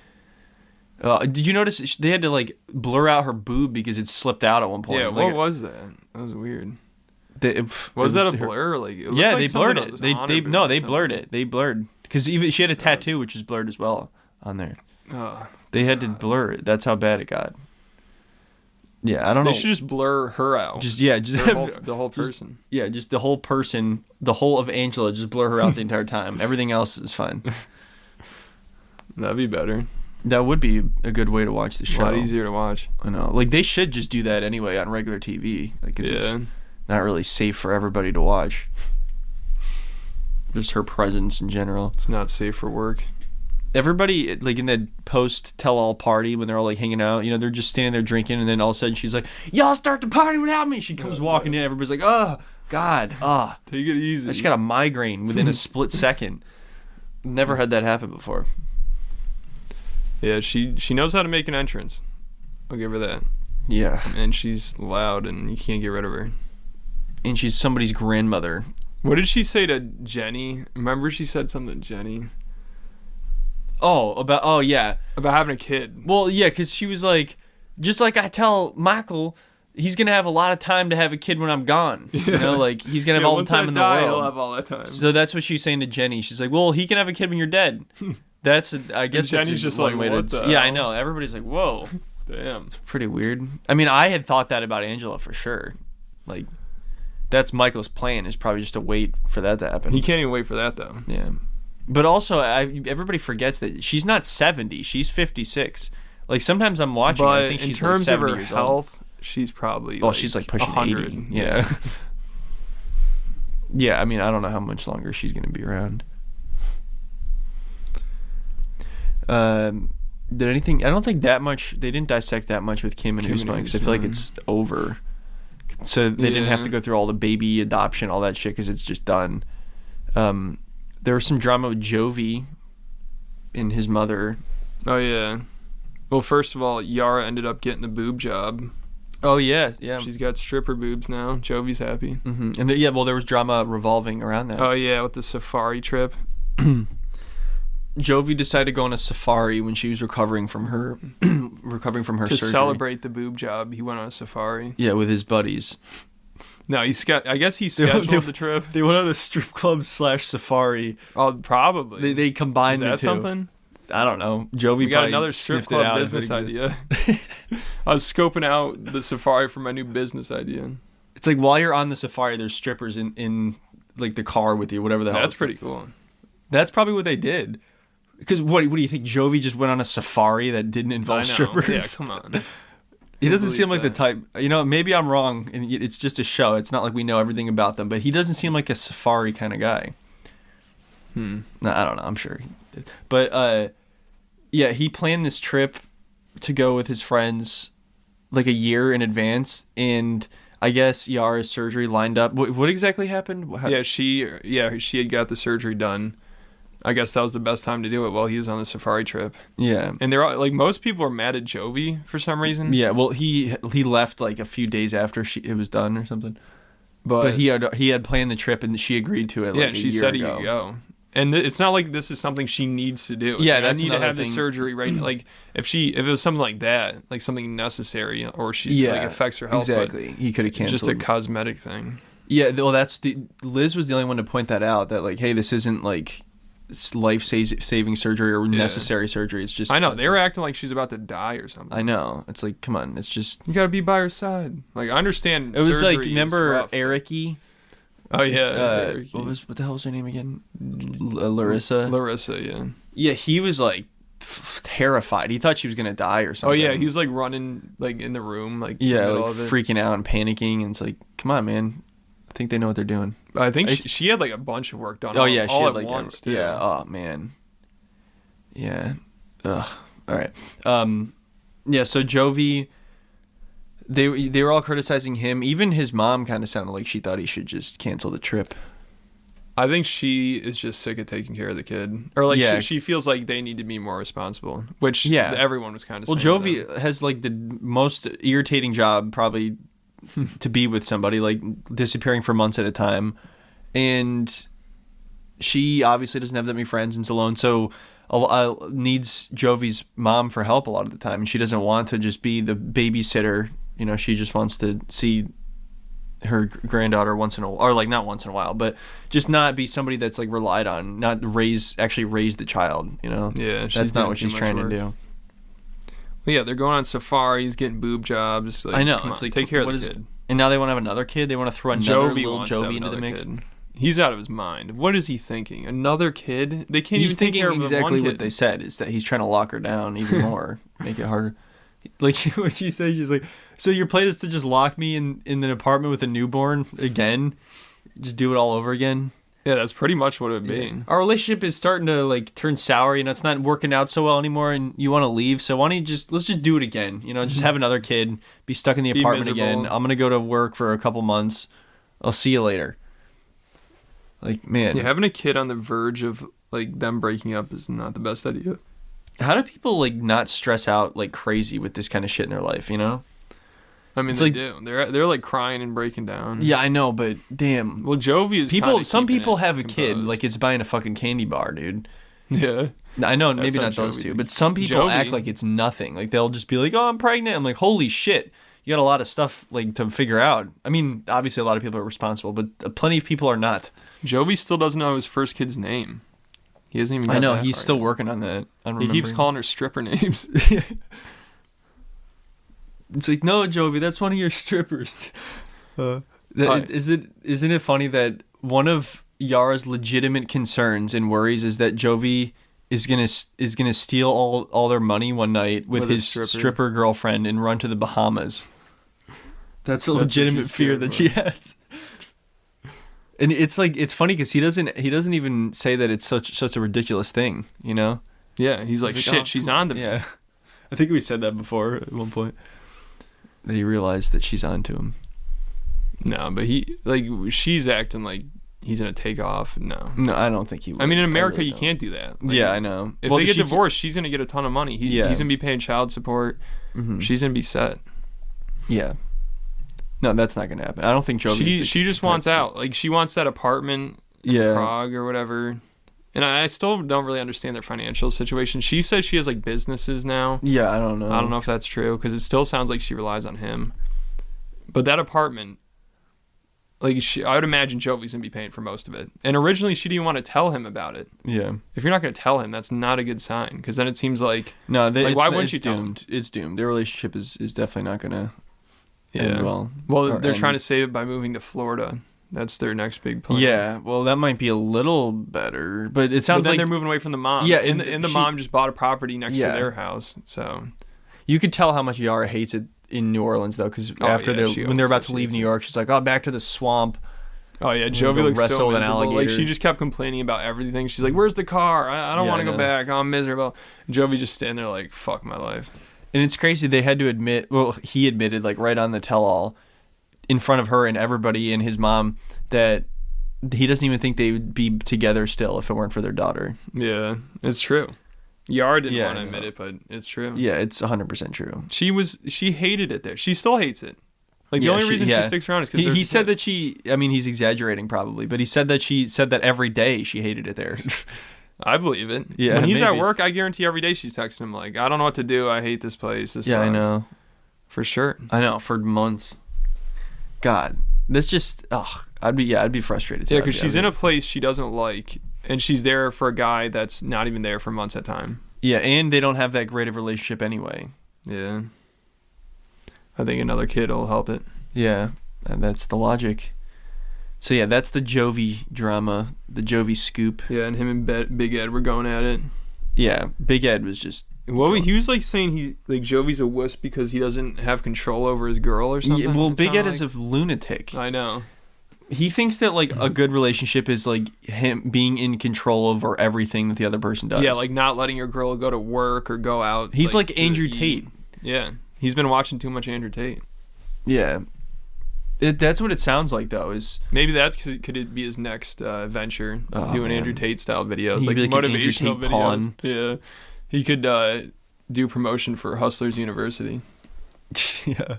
Uh, did you notice sh- they had to like blur out her boob because it slipped out at one point?
yeah.
like,
what was that? That was weird.
they- it- it
Was that a
her-
blur? Like, it looked
Yeah,
like
they
something
blurred
that
it.
was
They
on
they
her
no,
boob or
they
something.
blurred it. They blurred because even she had a tattoo which was blurred as well on there.
Ugh.
They had to blur it. That's how bad it got. Yeah, I don't
they
know.
should just blur her out.
Just yeah, just
Her whole- the whole
just-
person.
yeah, just the whole person, the whole of Angela, just blur her out the entire time. Everything else is fine.
That'd be better.
That would be a good way to watch the show.
A lot easier to watch.
I know. Like they should just do that anyway on regular TV, like 'cause
Yeah.
it's not really safe for everybody to watch. Just her presence in general.
It's not safe for work.
everybody like in that post tell all party when they're all like hanging out, you know, they're just standing there drinking, and then all of a sudden she's like, "Y'all start the party without me." She comes walking in, everybody's like, "Oh God, ah,
Take it
I
easy.
just got a migraine within a split second." Never had that happen before.
Yeah, she she knows how to make an entrance. I'll give her that.
Yeah,
And she's loud, and you can't get rid of her.
and she's somebody's grandmother.
What did she say to Jenny? Remember, she said something to Jenny
Oh, about oh yeah,
about having a kid.
well yeah, because she was like. just like I tell Michael, he's gonna have a lot of time to have a kid when I'm gone. You know, like he's gonna have
Yeah,
all the
once
time
I
in
die,
the
I'll have
world.
all that time.
So that's what she's saying to Jenny. She's like, "Well, he can have a kid when you're dead." That's a, I guess that's
Jenny's
a,
just
one
like,
way
"What
to,
the
yeah, I
hell?"
know. Everybody's like, "Whoa."
Damn.
pretty weird. I mean, I had thought that about Angela for sure. Like, that's Michael's plan is probably just to wait for that to happen.
He can't even wait for that though.
yeah, but also, I everybody forgets that she's not seventy; she's fifty six. Like sometimes I'm watching, I
But
think
in
she's
terms
like
of
70
her
years old.
health, she's probably.
Oh, she's like pushing
100.
eighty. Yeah. yeah, I mean, I don't know how much longer she's gonna be around. Um, did anything? I don't think that much. They didn't dissect that much with Kim and
Kim and
Usman because I feel like
Usman.
it's over. So they didn't have to
Yeah.
go through all the baby adoption, all that shit, because it's just done. Um, there was some drama with Jovi and his mother.
Oh yeah. Well, first of all, Yara ended up getting the boob job.
Oh yeah, yeah.
She's got stripper boobs now. Jovi's happy.
hmm And the, yeah, well, there was drama revolving around that.
Oh yeah, with the safari trip.
Jovi decided to go on a safari when she was recovering from her recovering from her
to
surgery.
celebrate the boob job, he went on a safari.
Yeah, with his buddies.
No, he sch- I guess he
went-
scheduled
they-
the trip.
They went on a strip club slash safari.
Oh, probably.
They they
Is
combined
that
the two.
something?
I don't know. Jovi
We got
probably
another strip
sniffed it
club
out if it
business
exists.
idea. I was scoping out the safari for my new business idea.
It's like while you're on the safari, there's strippers in in like the car with you, whatever the hell.
That's
it's-
pretty cool.
That's probably what they did. Because what what do you think? Jovi just went on a safari that didn't
I
involve
know.
strippers.
Yeah, come on.
He
Who
doesn't seem like
believes
the type. You know, maybe I'm wrong, and it- it's just a show. It's not like we know everything about them, but he doesn't seem like a safari kind of guy.
Hmm.
No, I don't know. I'm sure he did, but uh, yeah, he planned this trip to go with his friends like a year in advance, and I guess Yara's surgery lined up. What, what exactly happened? How-
Yeah, she yeah she had got the surgery done. I guess that was the best time to do it while he was on the safari trip.
yeah,
And they're all, like most people are mad at Jovi for some reason.
yeah. Well, he he left like a few days after she it was done or something.
but,
But he had he had planned the trip, and she agreed to it.
yeah,
like, a
she
year
said
ago.
he could go. And th- it's not like this is something she needs to do. It's
Yeah,
like,
that's
I need to
another
have
thing.
this surgery right. now. Like if she if it was something like that, like something necessary or she like affects her health. but
Exactly. He could have
It's
canceled.
just a cosmetic thing.
yeah. Well, that's the Liz was the only one to point that out. That like, hey, this isn't like life saving surgery or necessary surgery. It's just.
I know they were acting like she's about to die or something.
I know. It's like, come on. It's just.
you gotta be by her side. Like I understand.
It was like
surgery is
remember
rough.
Ericy.
Oh yeah,
Uh,
Ricky.
what was what the hell was her name again? L- uh, Larissa.
Larissa. Yeah.
yeah, he was like f- terrified. He thought she was gonna die or
Oh
something.
yeah, he was like running like in the room like in the
yeah,
middle
like
of it.
freaking out and panicking, and it's like, come on, man. I think they know what they're doing.
I think
I-
she, she had like a bunch of work done.
Oh
all-
yeah, she
all
had
at
like
once.
every-
too.
yeah. Oh man. Yeah. Ugh. All right. Um. Yeah. So Jovi. They were- they were all criticizing him. Even his mom kind of sounded like she thought he should just cancel the trip.
I think she is just sick of taking care of the kid, or like
Yeah.
she, she feels like they need to be more responsible, which
Yeah.
yeah. everyone was kind of.
Well, Jovi has like the most irritating job probably to be with somebody, like disappearing for months at a time, and she obviously doesn't have that many friends and's alone, so a lo- uh, needs Jovi's mom for help a lot of the time, and she doesn't want to just be the babysitter. You know, she just wants to see her gr- granddaughter once in a while, or like not once in a while, but just not be somebody that's like relied on, not raise actually raise the child. You know,
Yeah, she's
that's not
doing
what
too
she's
much
trying
work.
to do.
Well, yeah, they're going on safaris, getting boob jobs. Like,
I know.
come
It's
on,
like,
take care of
what
the
is-
kid.
And now they want to have another kid. They want to throw another little
wants to have
Jovi into the
another
mix.
kid. He's out of his mind. What is he thinking? Another kid? They can't
He's
even take
thinking
care of
exactly
one
what
kid.
they said is that he's trying to lock her down even more, make it harder. Like what she said, she's like, "So your plan is to just lock me in in an apartment with a newborn again, just do it all over again."
Yeah, that's pretty much what it would be.
Our relationship is starting to like turn sour. You know, it's not working out so well anymore, and you want to leave. So why don't you just let's just do it again? You know, just have another kid, be stuck in the
Mm-hmm. Be
apartment again.
miserable.
I'm gonna go to work for a couple months. I'll see you later. Like man,
Yeah, having a kid on the verge of like them breaking up is not the best idea.
how do people like not stress out like crazy with this kind of shit in their life? You know?
I mean,
It's
they
like-
do. They're they're like crying and breaking down.
Yeah, I know, but damn,
Mm-hmm. Well, Jovi is
people.
kinda
Some
keeping
people
it
have a kid
composed.
like it's buying a fucking candy bar, dude.
yeah.
I know, maybe
how
not those
Jovi
two,
thinks.
but some people act
Jovi-
like it's nothing. Like they'll just be like, "Oh, I'm pregnant." I'm like, "Holy shit!" You got a lot of stuff like to figure out. I mean, obviously, a lot of people are responsible, but uh, plenty of people are not.
Jovi still doesn't know his first kid's name. He hasn't even.
I
got
know
that
he's
far
still
yet.
working on that. On
He keeps
remembering.
calling her stripper names.
It's like, no, Jovi, that's one of your strippers. Uh, that-
Alright.
Is it? Isn't it funny that one of Yara's legitimate concerns and worries is that Jovi is gonna s- is gonna steal all all their money one night with,
With a
his
stripper.
stripper. girlfriend and run to the Bahamas. That's a
what
legitimate
she's
fear
scared
that
of.
she has. And it's like it's funny because he doesn't he doesn't even say that it's such such a ridiculous thing, you know?
yeah, he's like,
like,
shit,
"Oh,
she's on to me.
Yeah. I think we said that before at one point. That he realized that she's onto him.
No, but he like she's acting like he's gonna take off. No,
No, I don't think he would.
I mean in America
really
you
don't.
can't do that. Like,
yeah, I know.
If
Well,
they get
she-
divorced, she's gonna get a ton of money. He,
Yeah.
he's gonna be paying child support.
Mhm.
She's gonna be set.
Yeah. No, that's not going to happen. I don't think Jovi is
she
the-
she just wants out. Like she wants that apartment in
Yeah.
Prague or whatever. And I I still don't really understand their financial situation. She says she has like businesses now.
Yeah, I don't know.
I don't know if that's true because it still sounds like she relies on him. But that apartment, like she, I would imagine Jovi's gonna be paying for most of it. And originally she didn't want to tell him about it.
Yeah.
If you're not gonna tell him, that's not a good sign because then it seems like
No, they,
Like,
it's,
why wouldn't
it's
you tell him?
doomed. It's doomed. Their relationship is, is definitely not going to
Yeah.
end well.
well
Or
they're trying to
end-
save it by moving to Florida. That's their next big plan.
Yeah, well, that might be a little better, but it
Sounds
sounds
like
like
they're moving away from the mom.
Yeah,
and,
and
the, and the
she-
mom just bought a property next
Yeah.
to their house. So
You could tell how much Yara hates it in New Orleans though, because
Oh,
after
yeah, she
they're when they're
always
about
said
to
she
leave
hates
New
it.
York, she's like, "Oh, back to the swamp."
Oh yeah,
gonna
Jovi
go
looks so
wrestle
miserable.
with an
Like she
alligator.
just kept complaining about everything. She's like, "Where's the car? I, I don't
Yeah,
want
I
to
know.
go back. I'm miserable." Jovi just standing there like, "Fuck my life."
And it's crazy. They had to admit. Well, he admitted like right on the tell-all, in front of her and everybody and his mom, that he doesn't even think they would be together still if it weren't for their daughter.
Yeah, it's true. Yara didn't
Yeah,
want to
I
admit
know.
it, but it's true.
Yeah, it's hundred percent true.
She was she hated it there. She still hates it. Like the
Yeah,
only
she-
reason
yeah.
she sticks around is because
He, he said that she. I mean, he's exaggerating probably, but he said that she said that every day she hated it there.
I believe it.
Yeah,
when he's at
maybe.
work, I guarantee every day she's texting him like, "I don't know what to do. I hate this place. This
yeah, I
sucks."
know.
for sure.
I know for months. God, this just ugh. I'd be yeah, I'd be frustrated. Too.
Yeah, because she's in a place she doesn't like, and she's there for a guy that's not even there for months at a time.
yeah, and they don't have that great of relationship anyway.
Yeah. I think another kid will help it.
Yeah, and that's the logic. So yeah, that's the Jovi drama, the Jovi scoop.
Yeah, and him and Be- Big Ed were going at it.
Yeah, Big Ed was just
What we, he was like saying he like Jovi's a wuss because he doesn't have control over his girl or something.
Yeah, well,
it
Big Ed
sounded
is
like.
a lunatic.
I know.
Uh, He thinks that like a good relationship is like him being in control over everything that the other person does.
Yeah, like not letting your girl go to work or go out.
he's like,
to
Andrew
eat.
Tate.
Yeah, he's been watching too much Andrew Tate.
Yeah. It, that's what it sounds like though. Is
Maybe that could, could it be his next uh, venture,
Oh,
doing
man.
Andrew Tate style videos,
He'd
like,
be like an Andrew
motivational videos.
Tate pawn.
Yeah, he could uh, do promotion for Hustlers University.
yeah.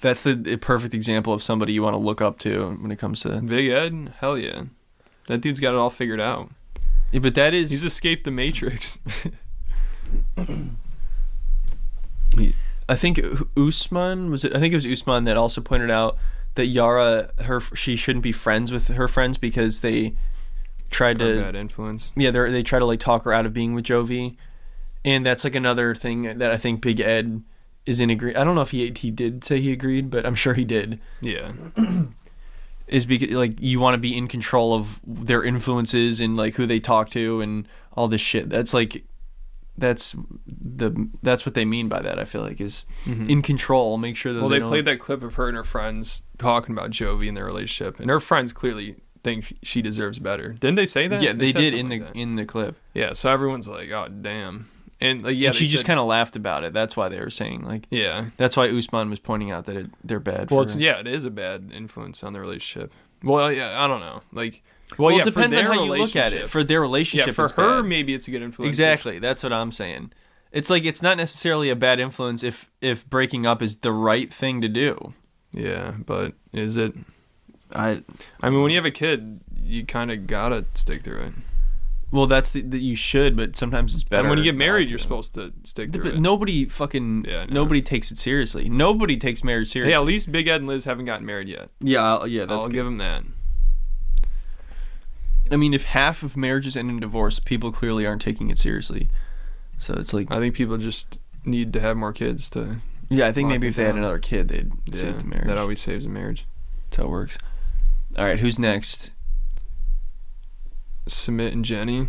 That's the, the perfect example of somebody you want to look up to when it comes to.
Big Ed, hell yeah. That dude's got it all figured out.
Yeah, but that is.
He's escaped the Matrix.
I think U- Usman was it? I think it was Usman that also pointed out that Yara her she shouldn't be friends with her friends because they tried
Or
to
bad influence.
yeah they they try to like talk her out of being with Jovi, and that's like another thing that I think Big Ed is in agree. I don't know if he he did say he agreed, but I'm sure he did.
Yeah.
is because like you want to be in control of their influences and like who they talk to and all this shit. That's like that's the that's what they mean by that. I feel like is in control. Make sure that
Mm-hmm. Well,
they,
they
don't-
played that clip of her and her friends talking about Jovi and their relationship, and her friends clearly think she deserves better. Didn't they say that?
Yeah, they,
said
did in
something
the
like that.
in the clip.
yeah. So everyone's like, "Oh, damn," and like, yeah,
Yeah, she just
kind
kind of laughed about it. That's why they were saying like
of yeah.
that's why Usman was pointing out that it, they're bad.
Well,
for
it's yeah, it is a bad influence on the relationship. Well, yeah, I don't know. Like,
well,
yeah,
it
for
depends on
their
how you look at
relationship-
it. For their
yeah,
relationship,
for
it's
her
bad.
maybe it's a good influence.
Exactly. That's what I'm saying. It's like it's not necessarily a bad influence if if breaking up is the right thing to do.
Yeah, but is it?
I
I mean, when you have a kid, you kind of gotta stick through it.
Well, that's the, that you should, but sometimes it's better.
And when you get
not
married,
to.
you're supposed to stick
Th-
through
But
it.
nobody fucking
Yeah, I know.
nobody takes it seriously. Nobody takes marriage
Hey,
seriously.
at least Big Ed and Liz haven't gotten married yet.
yeah, I'll, yeah. That's
I'll
good.
give them that.
I mean, if half of marriages end in divorce, people clearly aren't taking it seriously. So it's like,
I think people just need to have more kids to.
yeah, I think
Lock
maybe
it
if they had
down.
another kid, they'd
Yeah,
save the marriage.
that always saves a marriage.
That's how it works. All right, who's next?
Submit and Jenny,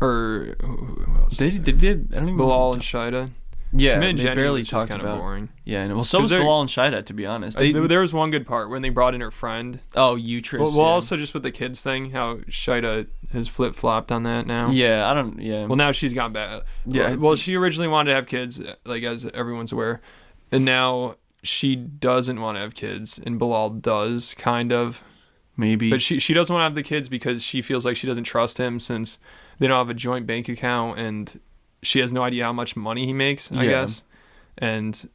or who- who else?
They
was
they
there?
did. I don't even.
Bilal and Shida.
Yeah,
Submit and
they
Jenny
barely
was just
talked
kinda
about.
Boring.
Yeah, I know. well, so
Is
was
there-
Bilal and Shida, to be honest. They,
Uh, there- there was one good part when they brought in her friend.
oh, Utris.
Well, well,
yeah.
also just with the kids thing, how Shida has flip flopped on that now.
yeah, I don't. Yeah,
Well, now she's gone back.
Yeah, I
Well, well, she originally wanted to have kids, like as everyone's aware, and now she doesn't want to have kids, and Bilal does kind of,
maybe.
but she she doesn't want to have the kids because she feels like she doesn't trust him since they don't have a joint bank account, and she has no idea how much money he makes. I
Yeah.
guess, and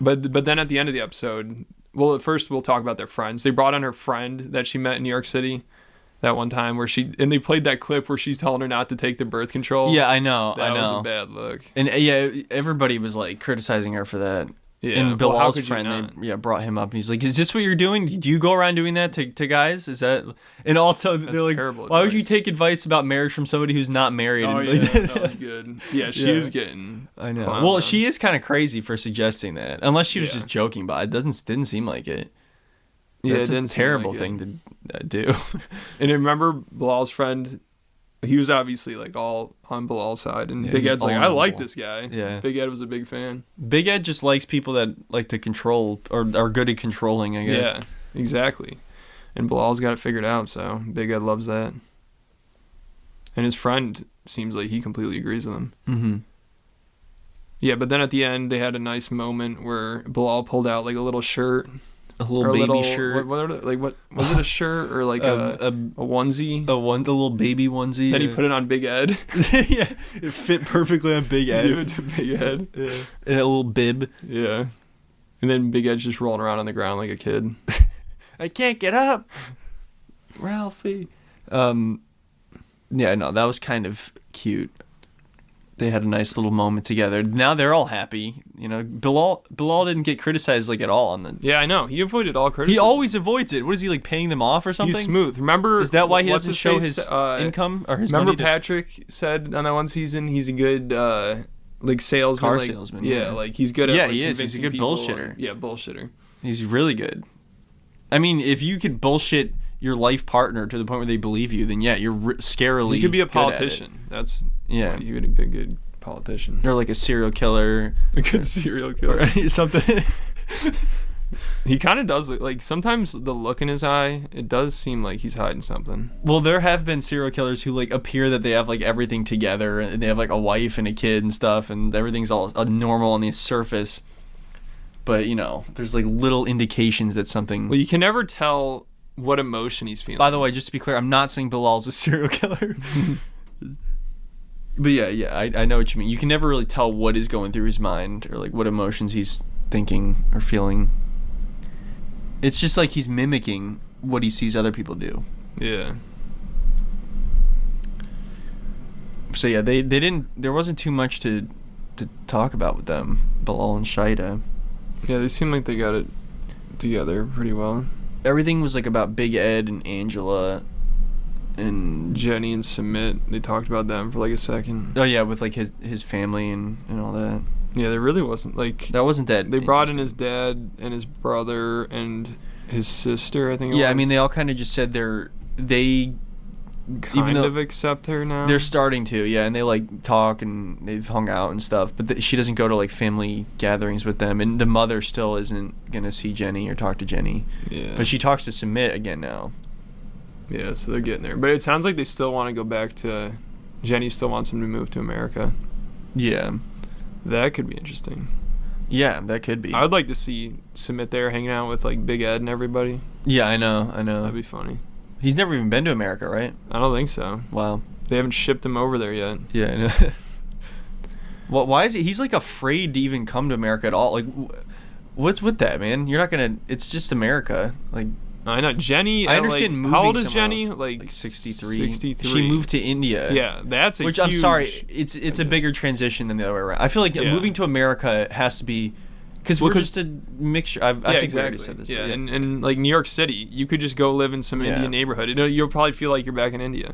but but then at the end of the episode, well, at first we'll talk about their friends. They brought on her friend that she met in New York City. That one time where she and they played that clip where she's telling her not to take the birth control.
yeah, I know.
That
I know.
was a bad look.
And uh, yeah, everybody was like criticizing her for that.
Yeah,
and
well, how
Bilal's
could you
friend,
not?
they yeah brought him up, and he's like, "Is this what you're doing? Do you go around doing that to, to guys? Is that?" And also, they're like,
terrible
"Why would you
advice.
take advice about marriage from somebody who's not married?"
Oh,
And,
yeah,
like,
that was good. Yeah, she
Yeah.
was getting.
I know.
clowned
well,
on.
she is kind of crazy for suggesting that, unless she was
Yeah.
just joking. But it doesn't didn't seem like it.
Yeah,
That's
it
a
didn't seem
terrible
like it.
thing to uh, do.
And I remember Bilal's friend. He was obviously like all on Bilal's side, and
Yeah,
Big
he's
Ed's like,
all
"I
on
like
Bilal."
this guy."
Yeah.
Big Ed was a big fan.
Big Ed just likes people that like to control or are good at controlling. I guess.
Yeah, exactly. And Bilal's got it figured out, so Big Ed loves that. And his friend seems like he completely agrees with him.
Mm-hmm.
Yeah, but then at the end they had a nice moment where Bilal pulled out like a little shirt,
A
or
little
a
baby
little, What,
shirt, Um,
what are they- like what was it a shirt or like uh, a,
a, a
a onesie
a one, the little baby onesie.
Then he
uh,
put it on Big Ed.
yeah, it fit perfectly on Big
Give it
Ed.
to Big Ed.
Yeah. And a little bib.
Yeah. And then Big Ed's just rolling around on the ground like a kid.
I can't get up, Ralphie. Um, yeah, no, that was kind of cute. They had a nice little moment together. Now they're all happy. You know, Bilal Bilal didn't get criticized like at all on the.
Yeah, I know. He avoided all criticism.
He always avoids it. What is he like paying them off or something?
He's smooth. Remember
Is that why he
what's
doesn't show
face,
his
uh,
income or his
Remember
money? to-
Patrick said on that one season he's a good uh like salesman
Car
like,
salesman,
Yeah,
yeah.
like he's good at
Yeah,
like,
he is. He's a
convincing
good
people.
bullshitter.
Yeah, bullshitter.
He's really good. I mean, if you could bullshit your life partner to the point where they believe you, then yeah, you're r- scarily.
He could be a
good at it.
politician. That's
Yeah.
He would be a good politician.
Or like a serial killer
A good serial
or
killer.
something.
he kind of does look like sometimes the look in his eye, it does seem like he's hiding something.
well, there have been serial killers who like appear that they have like everything together and they have like a wife and a kid and stuff and everything's all uh, normal on the surface. But, you know, there's like little indications that something.
Well, you can never tell what emotion he's feeling.
By the way, just to be clear, I'm not saying Bilal's a serial killer. but yeah, yeah, I, I know what you mean. You can never really tell what is going through his mind or like what emotions he's thinking or feeling. It's just like he's mimicking what he sees other people do.
yeah.
So yeah, they, they didn't. There wasn't too much to to talk about with them, Bilal and Shida.
Yeah, they seem like they got it together pretty well.
Everything was like about Big Ed and Angela, and
Jenny and Submit, they talked about them for like a second.
oh yeah, with like his his family and and all that.
Yeah, there really wasn't like
That wasn't that.
they brought in
interesting.
his dad and his brother and his sister, I think. it
Yeah, I mean
was.
they all kind of just said they're they
kind
though-
of accept her now.
they're starting to yeah, and they like talk and they've hung out and stuff. But th- she doesn't go to like family gatherings with them, and the mother still isn't gonna see Jenny or talk to Jenny.
yeah,
But she talks to Submit again now.
yeah, so they're getting there. But it sounds like they still want to go back to. Jenny still wants him to move to America.
Yeah,
That could be interesting.
yeah, that could be.
I would like to see Submit there hanging out with like Big Ed and everybody.
yeah, I know, I know.
That'd be funny.
He's never even been to America, right?
I don't think so.
Wow.
They haven't shipped him over there yet.
Yeah. I know. Wha- Why is he? He's like afraid to even come to America at all. Like, wh- what's with that, man? You're not gonna. It's just America. Like,
I know Jenny.
I
at, like-
understand moving.
How old is
somewhere
Jenny?
else,
Like,
like 63.
63.
She moved to India.
Yeah, that's a
Which I'm sorry,
huge-
it's it's a bigger transition than the other way around. I feel like
Yeah.
moving to America has to be because
Well,
we're
'cause-
just a mixture. I've, I
yeah,
think we already
exactly.
said this. but
yeah, And, and like New York City, you could just go live in some
Yeah.
Indian neighborhood. It'll, you'll probably feel like you're back in India.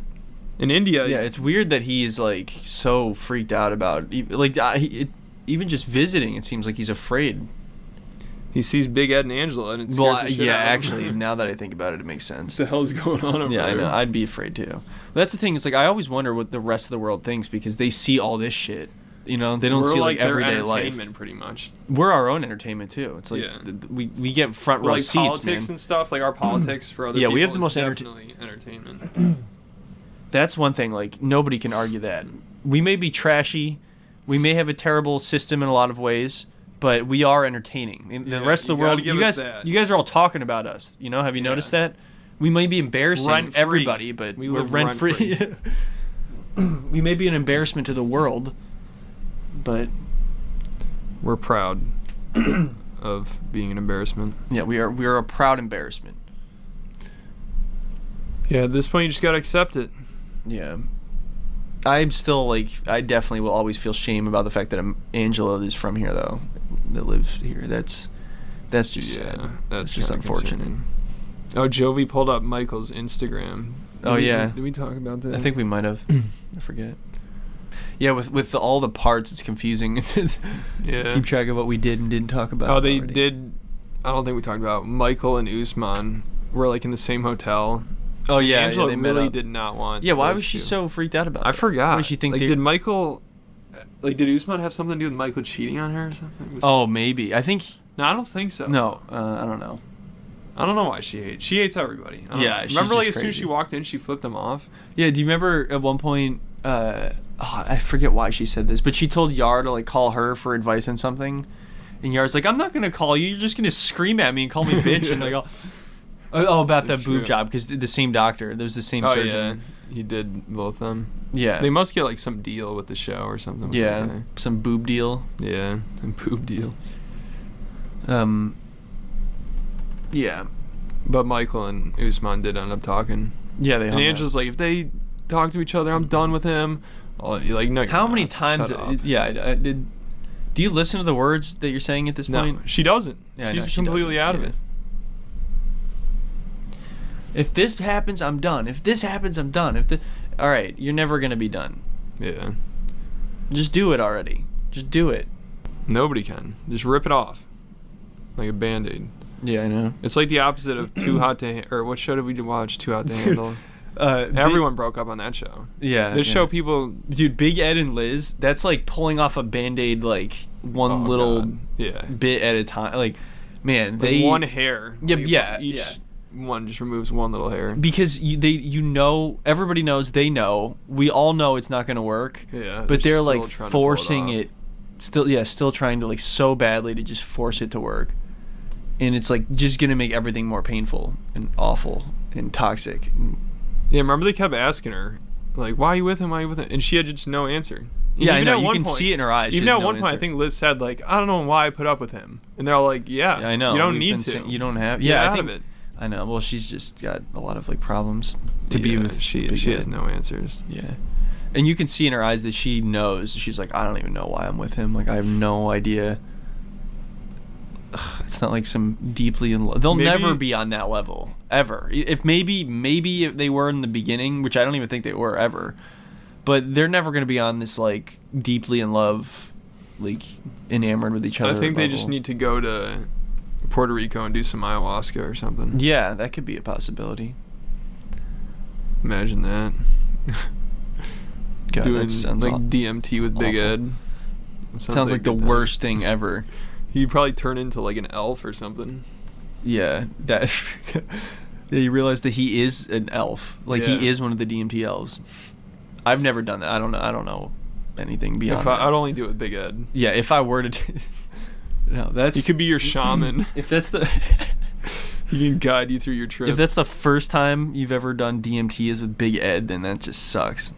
In India,
yeah, it's weird that he is like so freaked out about e- like I, he- it, even just visiting. It seems like he's afraid.
he sees Big Ed and Angela, and it scares
Well,
the shit
yeah,
out of him.
actually, now that I think about it, it makes sense.
what the hell's going on over
Yeah, I
there?
know. I'd be afraid too. That's the thing. Is like I always wonder what the rest of the world thinks because they see all this shit. You know, they don't
We're
see
like,
like,
their
everyday life.
entertainment, pretty much.
We're our own entertainment too. It's like
Yeah.
th- th- we we get front row
like
seats,
politics
man.
and stuff, like our politics for other
Yeah,
people
we have the
is
most enter-
definitely entertainment.
That's one thing. Like nobody can argue that. We may be trashy, we may have a terrible system in a lot of ways, but we are entertaining. And
Yeah,
the rest of the
you gotta
world,
give
you
us
guys,
that.
you guys are all talking about us. You know, have you
Yeah.
noticed that? We may be embarrassing
Rent-free.
everybody, but
We
we are
live
rent free. we may be an embarrassment to the world, but
We're proud of being an embarrassment.
yeah, we are we are a proud embarrassment.
Yeah, at this point, you just gotta accept it.
Yeah. I'm still like I definitely will always feel shame about the fact that I'm Angela is from here though, that lives here. That's that's just sad.
Yeah,
That's,
that's
just
kinda
unfortunate.
concerning. Oh, Jovi pulled up Michael's Instagram. Did
Oh,
we-
yeah.
Did we talk about that?
I think we might have. I forget. Yeah, with with the, all the parts, it's confusing.
Yeah.
Keep track of what we did and didn't talk about.
Oh, they
already.
did. I don't think we talked about Michael and Usman were like in the same hotel.
Oh yeah, yeah,
Angela
they met
really
up.
did not want.
Yeah, why
those
was she
two.
so freaked out about?
I
it?
forgot.
What did she think?
Like,
they-
did Michael? Like, did Usman have something to do with Michael cheating on her or something? Was-
oh, maybe. I think
no, I don't think so.
no. Uh, I don't know.
I don't know why she hates. She hates everybody. I don't
Yeah,
know.
she's
remember like
just
as soon as she
crazy.
walked in, she flipped him off.
Yeah, do you remember at one point? Uh, oh, I forget why she said this, but she told Yar to like call her for advice on something, and Yar's like, "I'm not gonna call you. You're just gonna scream at me and call me bitch." And like, oh, oh, about
That's
the boob
true.
job because the same doctor, there's the same
oh
surgeon.
yeah, he did both of them.
Yeah,
They must get like some deal with the show or something. with
yeah,
that guy.
some boob deal.
yeah, and poop deal.
Um, yeah,
But Michael and Usman did end up talking.
yeah. They.
And
hung out.
Angela's like, if they talk to each other, I'm done with him. Oh, you're like, no, you're
How many
not.
times?
Shut up.
Yeah, I, I did. Do you listen to the words that you're saying at this
No,
point?
she doesn't.
Yeah, I
She's
know, she
completely
doesn't,
out
yeah.
of it.
If this happens, I'm done. If this happens, I'm done. If the, all right, you're never gonna be done.
Yeah,
Just do it already. Just do it.
nobody can. Just rip it off, like a band aid.
Yeah, I know.
It's like the opposite of too hot to ha- or what show did we watch? Too hot to handle.
Uh, Big-
Everyone broke up on that show.
yeah.
This
yeah.
show, people.
dude, Big Ed and Liz. That's like pulling off a band-aid like one
oh,
little
God. yeah.
bit at a time. Like, man,
Like
they
one hair.
Yeah,
Like,
yeah,
Each
yeah.
one just removes one little hair.
because you, they you know everybody knows they know we all know it's not gonna work.
Yeah,
but they're,
they're still
like
trying to pull it
forcing
off.
it, still yeah still trying to like so badly to just force it to work and it's like just gonna make everything more painful and awful and toxic
Yeah, remember they kept asking her, like, "Why are you with him? Why are you with him?" And she had just no answer. And
Yeah, I
even
know,
at
you
one
can see it in her eyes, she
Even
has
at
no
one point, I
answer.
think Liz said, "Like, I don't know why I put up with him," and they're all like, "Yeah,
Yeah, i know
You don't
we've
need
been
to.
saying- you don't have
Get
yeah
out
I
of
think,
it.
i know well she's just got a lot of like problems to be
Yeah,
with
She
Big
she has
Ed.
no answers.
yeah and you can see in her eyes that she knows she's like i don't even know why i'm with him like i have no idea Ugh, it's not like some deeply in love. They'll
Maybe-
never be on that level ever. I- If maybe maybe if they were in the beginning, which I don't even think they were ever, but they're never going to be on this like deeply in love, like enamored with each
I
other.
think they just
level.
need to go to Puerto Rico and do some ayahuasca or something.
Yeah, that could be a possibility.
imagine that.
God,
Doing
that sounds
like
aw-
DMT with Big
awful.
Ed. It
sounds, like,
a
the
good time.
worst thing ever.
He'd probably turn into like an elf or something.
Yeah, that. yeah, you realize that he is an elf. Like he
Yeah.
is one of the DMT elves. I've never done that. I don't know. I don't know anything beyond.
If I,
that.
I'd only do it with Big Ed.
Yeah, if I were to. Do, no, that's.
He could be your shaman.
If that's the.
He can guide you through your trip.
if that's the first time you've ever done DMT is with Big Ed, then that just sucks.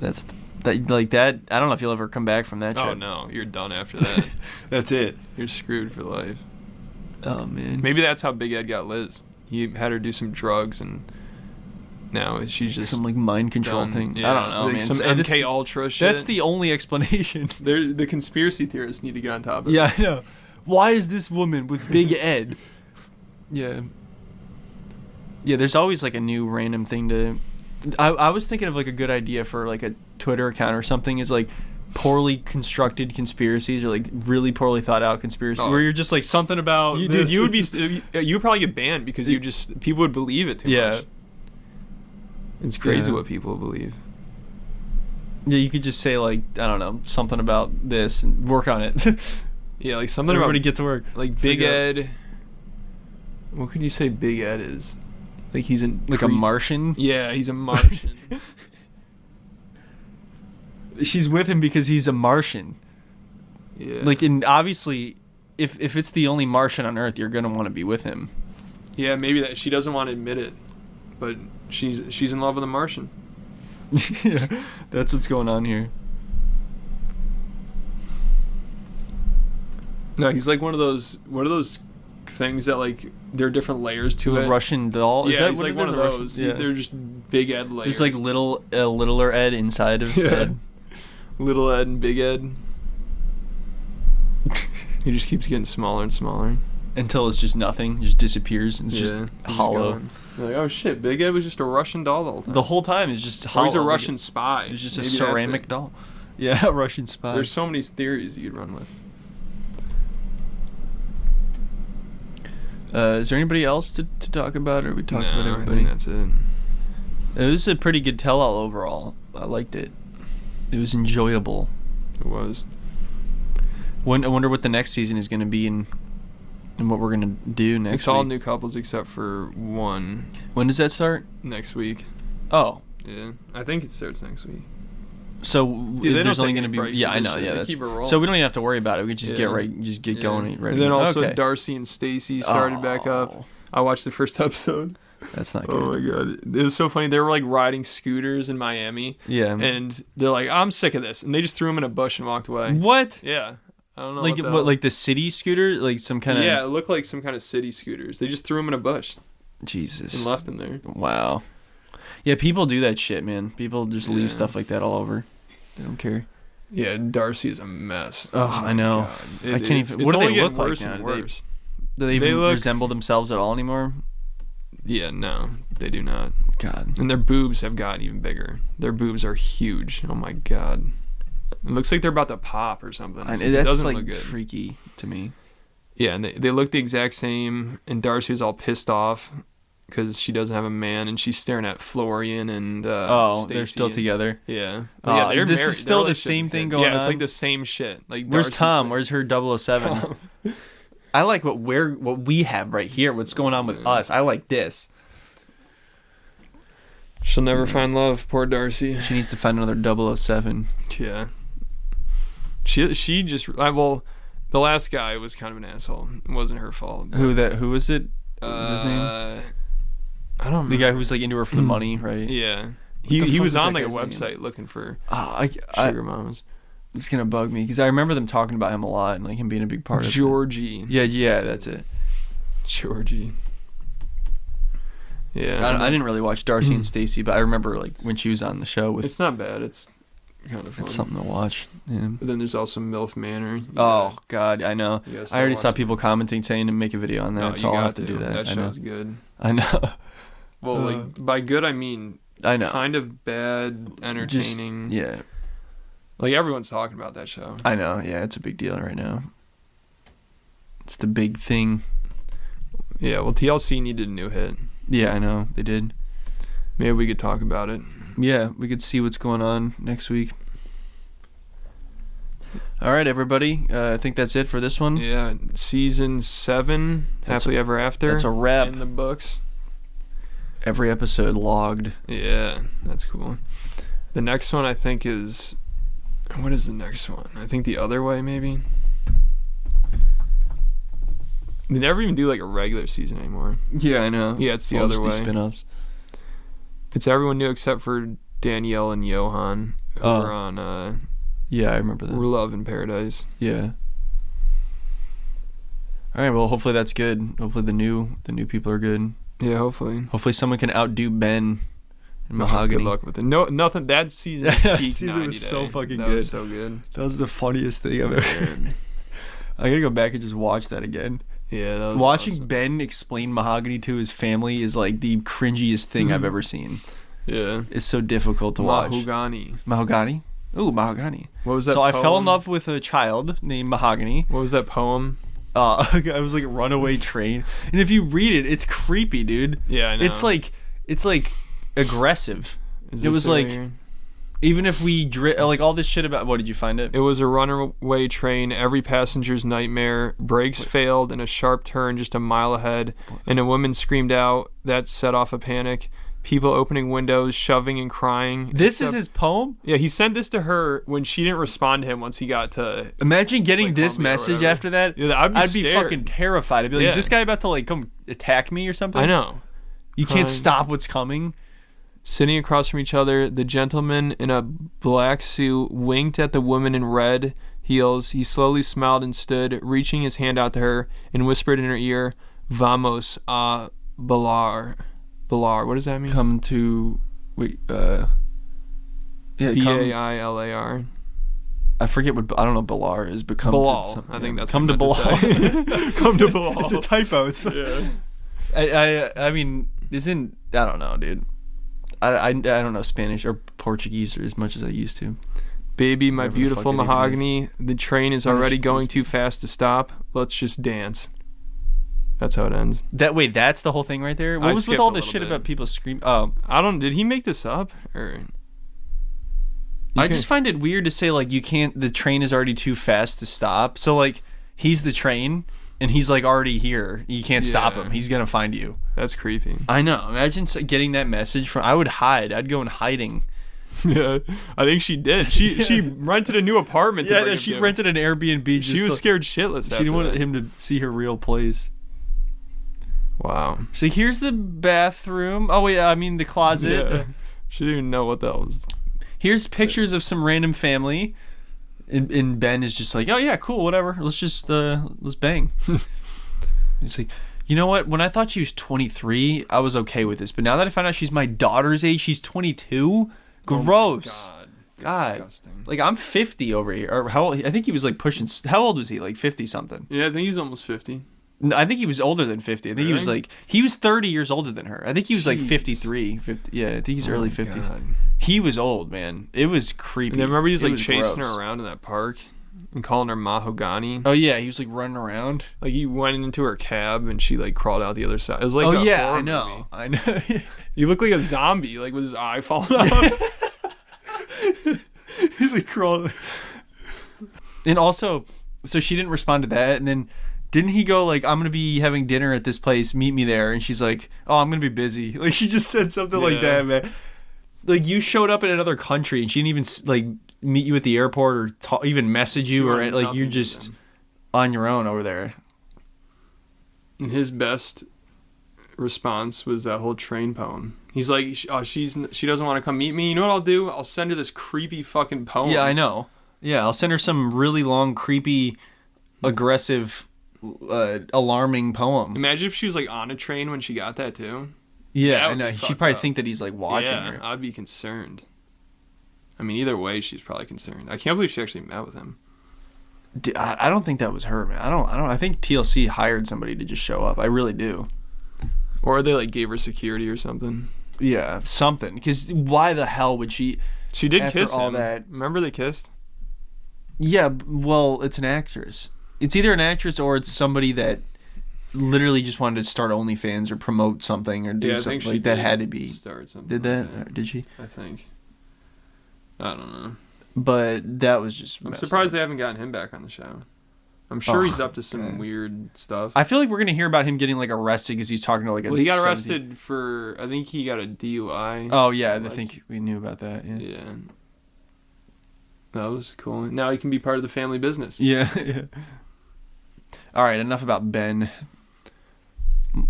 That's that like that. I don't know if you'll ever come back from that.
oh
trip.
no, you're done after that.
that's it.
you're screwed for life.
Oh man.
Maybe that's how Big Ed got Liz. He had her do some drugs, and now she's just
some like mind control
done-
thing.
yeah,
I don't know.
like
man.
Some
So-
MK
and that's the-
Ultra shit.
That's the only explanation.
They're, the conspiracy theorists need to get on top of it.
yeah, I know. Why is this woman with Big Ed? yeah. Yeah, there's always like a new random thing to. I I was thinking of like a good idea for like a Twitter account or something is like poorly constructed conspiracies or like really poorly thought out conspiracies
Oh.
where you're just like something about
You,
this.
dude, you would be you would probably get banned because you just people would believe it too
Yeah.
much. It's crazy
Yeah.
what people believe.
yeah you could just say like I don't know something about this and work on it.
Yeah, like something
Everybody
about
get to work.
like Big
Figure out-
Ed. What could you say Big Ed is? Like he's in
like a Martian.
Yeah, he's a Martian.
She's with him because he's a Martian.
yeah.
Like, and obviously, if if it's the only Martian on Earth, you're gonna want to be with him.
yeah, maybe that she doesn't want to admit it, but she's she's in love with a Martian.
yeah, that's what's going on here.
No, he's like one of those what are those things that like there are different layers to
To
it.
a Russian doll. Oh,
Yeah,
Is that
he's
what
like
it
one
is,
of
a Russian-
those.
Yeah.
They're just big Ed layers.
There's like little uh, littler Ed inside of
Yeah.
Ed.
little Ed and Big Ed. he just keeps getting smaller and smaller.
until it's just nothing, just disappears. And it's just
Yeah, he's
hollow.
gone. You're like, oh shit, Big Ed was just a Russian doll the whole time.
the whole time is just
Or
hollow.
he's a
Like,
Russian spy.
It's just a
Maybe that's
ceramic
it.
doll. Yeah, a Russian spy.
There's so many theories you could run with.
uh, is there anybody else to, to talk about, or are we talked
No,
about
I
everybody?
think that's it.
It was a pretty good tell-all overall. I liked it. It was enjoyable.
It was.
When, I wonder what the next season is going to be and and what we're going to do next.
it's all
week.
new couples except for one
When does that start?
next week.
Oh,
Yeah, I think it starts next week.
so
Dude, they
there's
don't
only going
take
to
any
be
breaks
yeah, I
and
know
shit.
yeah.
They
That's,
keep it rolling.
so we don't even have to worry about it. We could just get
Yeah.
right, just get
Yeah.
going. Right
And then also
okay.
Darcy and Stacy started back
Oh.
up. I watched the first episode.
That's not good.
Oh my god, it was so funny. They were like riding scooters in Miami,
yeah.
and they're like, "I'm sick of this," and they just threw him in a bush and walked away.
what?
Yeah, I don't know.
Like
what, the
what?
hell-
Like the city scooter? Like some kind of
yeah, it looked like some kind of city scooters. They just threw him in a bush and
Jesus.
left him there.
Wow. Yeah, people do that shit, man. People just
Yeah.
leave stuff like that all over. They don't care.
Yeah, and Darcy is a mess.
Oh, I
my
know.
God.
I can't even-
it's-
what
it's
do they
only getting
look like
worse
now?
and
Do they-
worse.
Do they
They
even
look-
resemble themselves at all anymore?
Yeah, no, they do not.
God.
And their boobs have gotten even bigger. Their boobs are huge. Oh my god. It looks like they're about to pop or something.
I,
It's-
know,
it
that's
doesn't
like
look good.
freaky to me.
yeah, and they, they look the exact same. And Darcy was all pissed off because she doesn't have a man, and she's staring at Florian and uh,
Oh, they're
Stacy
still
and-
together.
Yeah.
Oh,
yeah,
this is
Their
still the
relationship
same
is
thing
good.
going
Yeah, it's
on?
like the same shit. Like
Where's
Darcy's
Tom?
been-
Where's her 007?
Tom.
I like what we're what we have right here. What's going on with us? I like this.
She'll never find love, poor Darcy.
She needs to find another 007.
Yeah. She she just I, well, the last guy was kind of an asshole. It wasn't her fault.
Who that? Who was it? What was his name?
Uh, I don't.
The
remember.
guy who was like into her for the money, right?
Yeah. He,
the
he
fuck
was
was
on
that
like a
guy's
website
name?
looking for
Oh, I, I,
sugar mamas.
it's gonna bug me because I remember them talking about him a lot and like him being a big part of. it.
Georgie.
Yeah, yeah, that's,
That's
it.
Georgie. Yeah.
I, I didn't really watch Darcy and Stacy, but I remember like when she was on the show with.
Hmm. It's not bad. It's kind of fun.
It's something to watch. Yeah.
But then there's also MILF Manor.
Oh God, I know.
You gotta
I already
start
saw
watching.
people commenting saying to make a video on that,
No,
so
you
I'll
got
have to, do that.
That
I know.
show's good.
I know.
Well, like by good I mean
I know.
kind of bad,
Just-
entertaining.
yeah,
Like everyone's talking about that show.
I know. Yeah, it's a big deal right now. It's the big thing.
Yeah, well TLC needed a new hit.
Yeah, I know. They did.
Maybe we could talk about it.
Yeah, we could see what's going on next week. All right, everybody. Uh, I think that's it for this one.
Yeah, season seven,
That's
happily ever after.
That's a wrap.
in the books.
Every episode logged.
Yeah, that's cool. The next one I think is what is the next one? I think the other way maybe. They never even do like a regular season anymore.
Yeah, I know.
Yeah, it's the
All
other
just
way.
these spin-offs.
It's everyone new except for Danielle and Johan who
Oh.
are on uh,
Yeah, I remember that.
Love in Paradise.
Yeah. All right. Well, hopefully that's good. Hopefully the new the new people are good.
Yeah, hopefully.
Hopefully someone can outdo Ben in
Oh,
mahogany.
good luck with it. No, nothing. That season.
That
peaked
season was
90
so
day.
fucking
That
good.
was so good.
That was the funniest thing I've ever. I gotta go back and just watch that again.
Yeah, that was
Watching
awesome.
Ben explain mahogany to his family is like the cringiest thing I've ever seen.
Yeah.
It's so difficult to watch.
Mm-hmm. Mahogany.
Mahogany. Ooh, mahogany.
What was that?
So I fell in
poem?
love with a child named Mahogany.
What was that poem?
Uh, I was like runaway train, and if you read it, it's creepy, dude.
Yeah, I know.
It's like, it's like aggressive.
Is
it
this
was
right
like-
here?
Even if we dri- uh, like all this shit about what did you find it?
It was a runaway train, every passenger's nightmare. Brakes failed in a sharp turn just a mile ahead, and a woman screamed out. That set off a panic. People opening windows, shoving and crying.
This is
Except-
his poem.
Yeah, he sent this to her when she didn't respond to him once he got to.
Imagine getting
Like
this
Columbia or
message
whatever.
after that.
Yeah, I'd be scared.
fucking terrified. I'd be like, is
Yeah.
this guy about to like come attack me or something?
I know.
You can't
Crying.
stop what's coming.
Sitting across from each other, the gentleman in a black suit winked at the woman in red heels. He slowly smiled and stood, reaching his hand out to her and whispered in her ear, Vamos a Balar. Balar, what does that mean?
Come to wait. Uh, yeah,
B
come-
A I L A R.
I forget what I don't know. what Bilar is, but come
Bilal.
to some-
I think that's
come
what
to
I meant to
Bilal.
say. Come to Bilal.
It's a typo. It's
Yeah.
I, I I mean, isn't I don't know, dude. I, I, I don't know Spanish or Portuguese as much as I used to.
Baby, my
Whatever the
beautiful
fuck it even
mahogany, the train is
Why don't
already
you
going
just-
too fast to stop. Let's just dance. That's how it ends.
That wait, that's the whole thing right there. What
I
was with
skipped
all
a
this
little
shit
bit.
about people screaming? Oh,
I don't. Did he make this up or? You
I
can-
just find it weird to say like you can't. The train is already too fast to stop. So like, he's the train, and he's like already here. You can't stop
Yeah.
him. He's gonna find you.
that's creepy.
I know. Imagine s- getting that message from. I would hide. I'd go in hiding.
yeah, I think she did. She she rented a new apartment. to
Yeah,
bring
no,
him
she
to.
rented an Airbnb. Just
She was
to-
scared shitless.
She
after
didn't want
that.
him to see her real place.
Wow.
So here's the bathroom. Oh wait, I mean the closet.
Yeah. She didn't even know what that was.
Here's pictures of some random family. And, and Ben is just like, oh yeah, cool, whatever. Let's just uh, let's bang. He's like, you know what? When I thought she was 23, I was okay with this, but now that I found out she's my daughter's age, she's
Oh
22. Gross. God.
Disgusting.
like I'm 50 over here. Or how? I think he was like pushing. s- How old was he? Like 50 something.
Yeah, I think he's almost fifty.
No, I think he was older than 50. I think he was
Really?
like he was 30 years older than her. I think he was like
Jeez. Oh
53, 50. Yeah, I think he's early 50s.
And
He was old, man. It was creepy.
then remember he was
It
like
gross.
chasing her around in that park and calling her mahogany.
Oh yeah, he was like running around.
Like he went into her cab and she like crawled out the other side. It was like
oh
a
yeah,
horror
I know.
movie.
I know.
He looked like a zombie, like with his eye falling off.
He's like crawling. And also, so she didn't respond to that, and then didn't he go like, "I'm gonna be having dinner at this place, meet me there," and she's like, "Oh, I'm gonna be busy." Like she just said something like
Yeah.
that, man. Like you showed up in another country, and she didn't even s- like meet you at the airport or ta- even message you, or
wanted
like you're
nothing to
just
them.
on your own over there.
And his best response was that whole train poem. He's like, "Sh- oh, she's n- she doesn't want to come meet me. You know what I'll do? I'll send her this creepy fucking poem.
Yeah, I know. Yeah, I'll send her some really long, creepy, aggressive, uh, alarming poem.
Imagine if she was like on a train when she got that too.
Yeah,
That
I
would
know.
be
She'd
fucked
probably
up.
think that he's like watching
yeah,
her.
I'd be concerned. I mean, either way, she's probably concerned. I can't believe she actually met with him.
Dude, I, I don't think that was her, man. I don't. I don't. I think TLC hired somebody to just show up. I really do.
Or they like gave her security or something.
Yeah, something. Because why the hell would she?
She did
After
kiss
all
him.
that-
Remember they kissed?
Yeah, b- well, it's an actress. It's either an actress or it's somebody that literally just wanted to start OnlyFans or promote something or do
yeah, I
something
think she
like that.
did
Had to be.
start something.
Did
like
that? Or did she?
I think. I don't know.
But that was just.
I'm
messed up.
surprised they haven't gotten him back on the show. I'm sure
Oh,
he's up to some
God.
weird stuff.
I feel like we're gonna hear about him getting like arrested because he's talking to like a.
well, he got
70
arrested for. I think he got a DUI.
Oh yeah, I
Like-
think we knew about that. Yeah.
Yeah. That was cool. Now he can be part of the family business.
Yeah. yeah. All right, enough about Ben.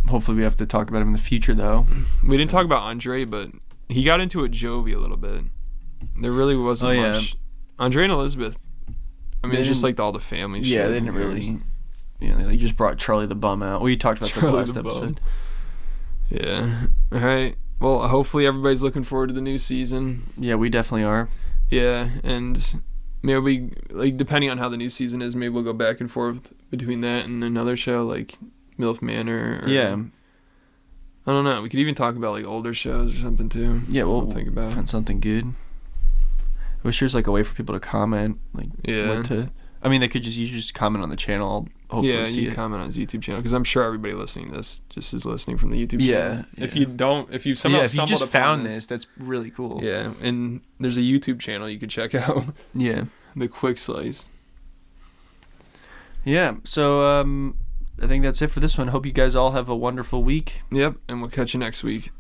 Hopefully, we have to talk about him in the future, though.
We didn't talk about Andre, but he got into a Jovi a little bit. There really wasn't
Oh, yeah.
much. Andre and Elizabeth. I mean,
They
it's just
didn't-
like all the family shit.
yeah, they didn't really. you know, they like, just brought Charlie the Bum out. We talked about
Charlie
that
the
the last
Bum.
episode.
Yeah. All right. Well, hopefully everybody's looking forward to the new season.
Yeah, we definitely are.
Yeah, and maybe like depending on how the new season is, maybe we'll go back and forth between that and another show like MILF Manor. Or,
Yeah,
I don't know. We could even talk about like older shows or something too.
yeah. We'll,
We'll think about it.
find something good. I wish there was like a way for people to comment. Like,
Yeah.
what to. I mean, they could just you just comment on the channel. I'll hopefully
yeah,
see
you
it.
comment on his YouTube channel because I'm sure everybody listening to this just is listening from the YouTube.
Yeah,
channel. If
yeah.
you don't, if you somehow
yeah, if you
stumbled
just
upon
found this, that's really cool.
yeah, and there's a YouTube channel you could check out,
yeah.
the Quick Slice.
Yeah. So um I think that's it for this one. Hope you guys all have a wonderful week.
Yep, and we'll catch you next week.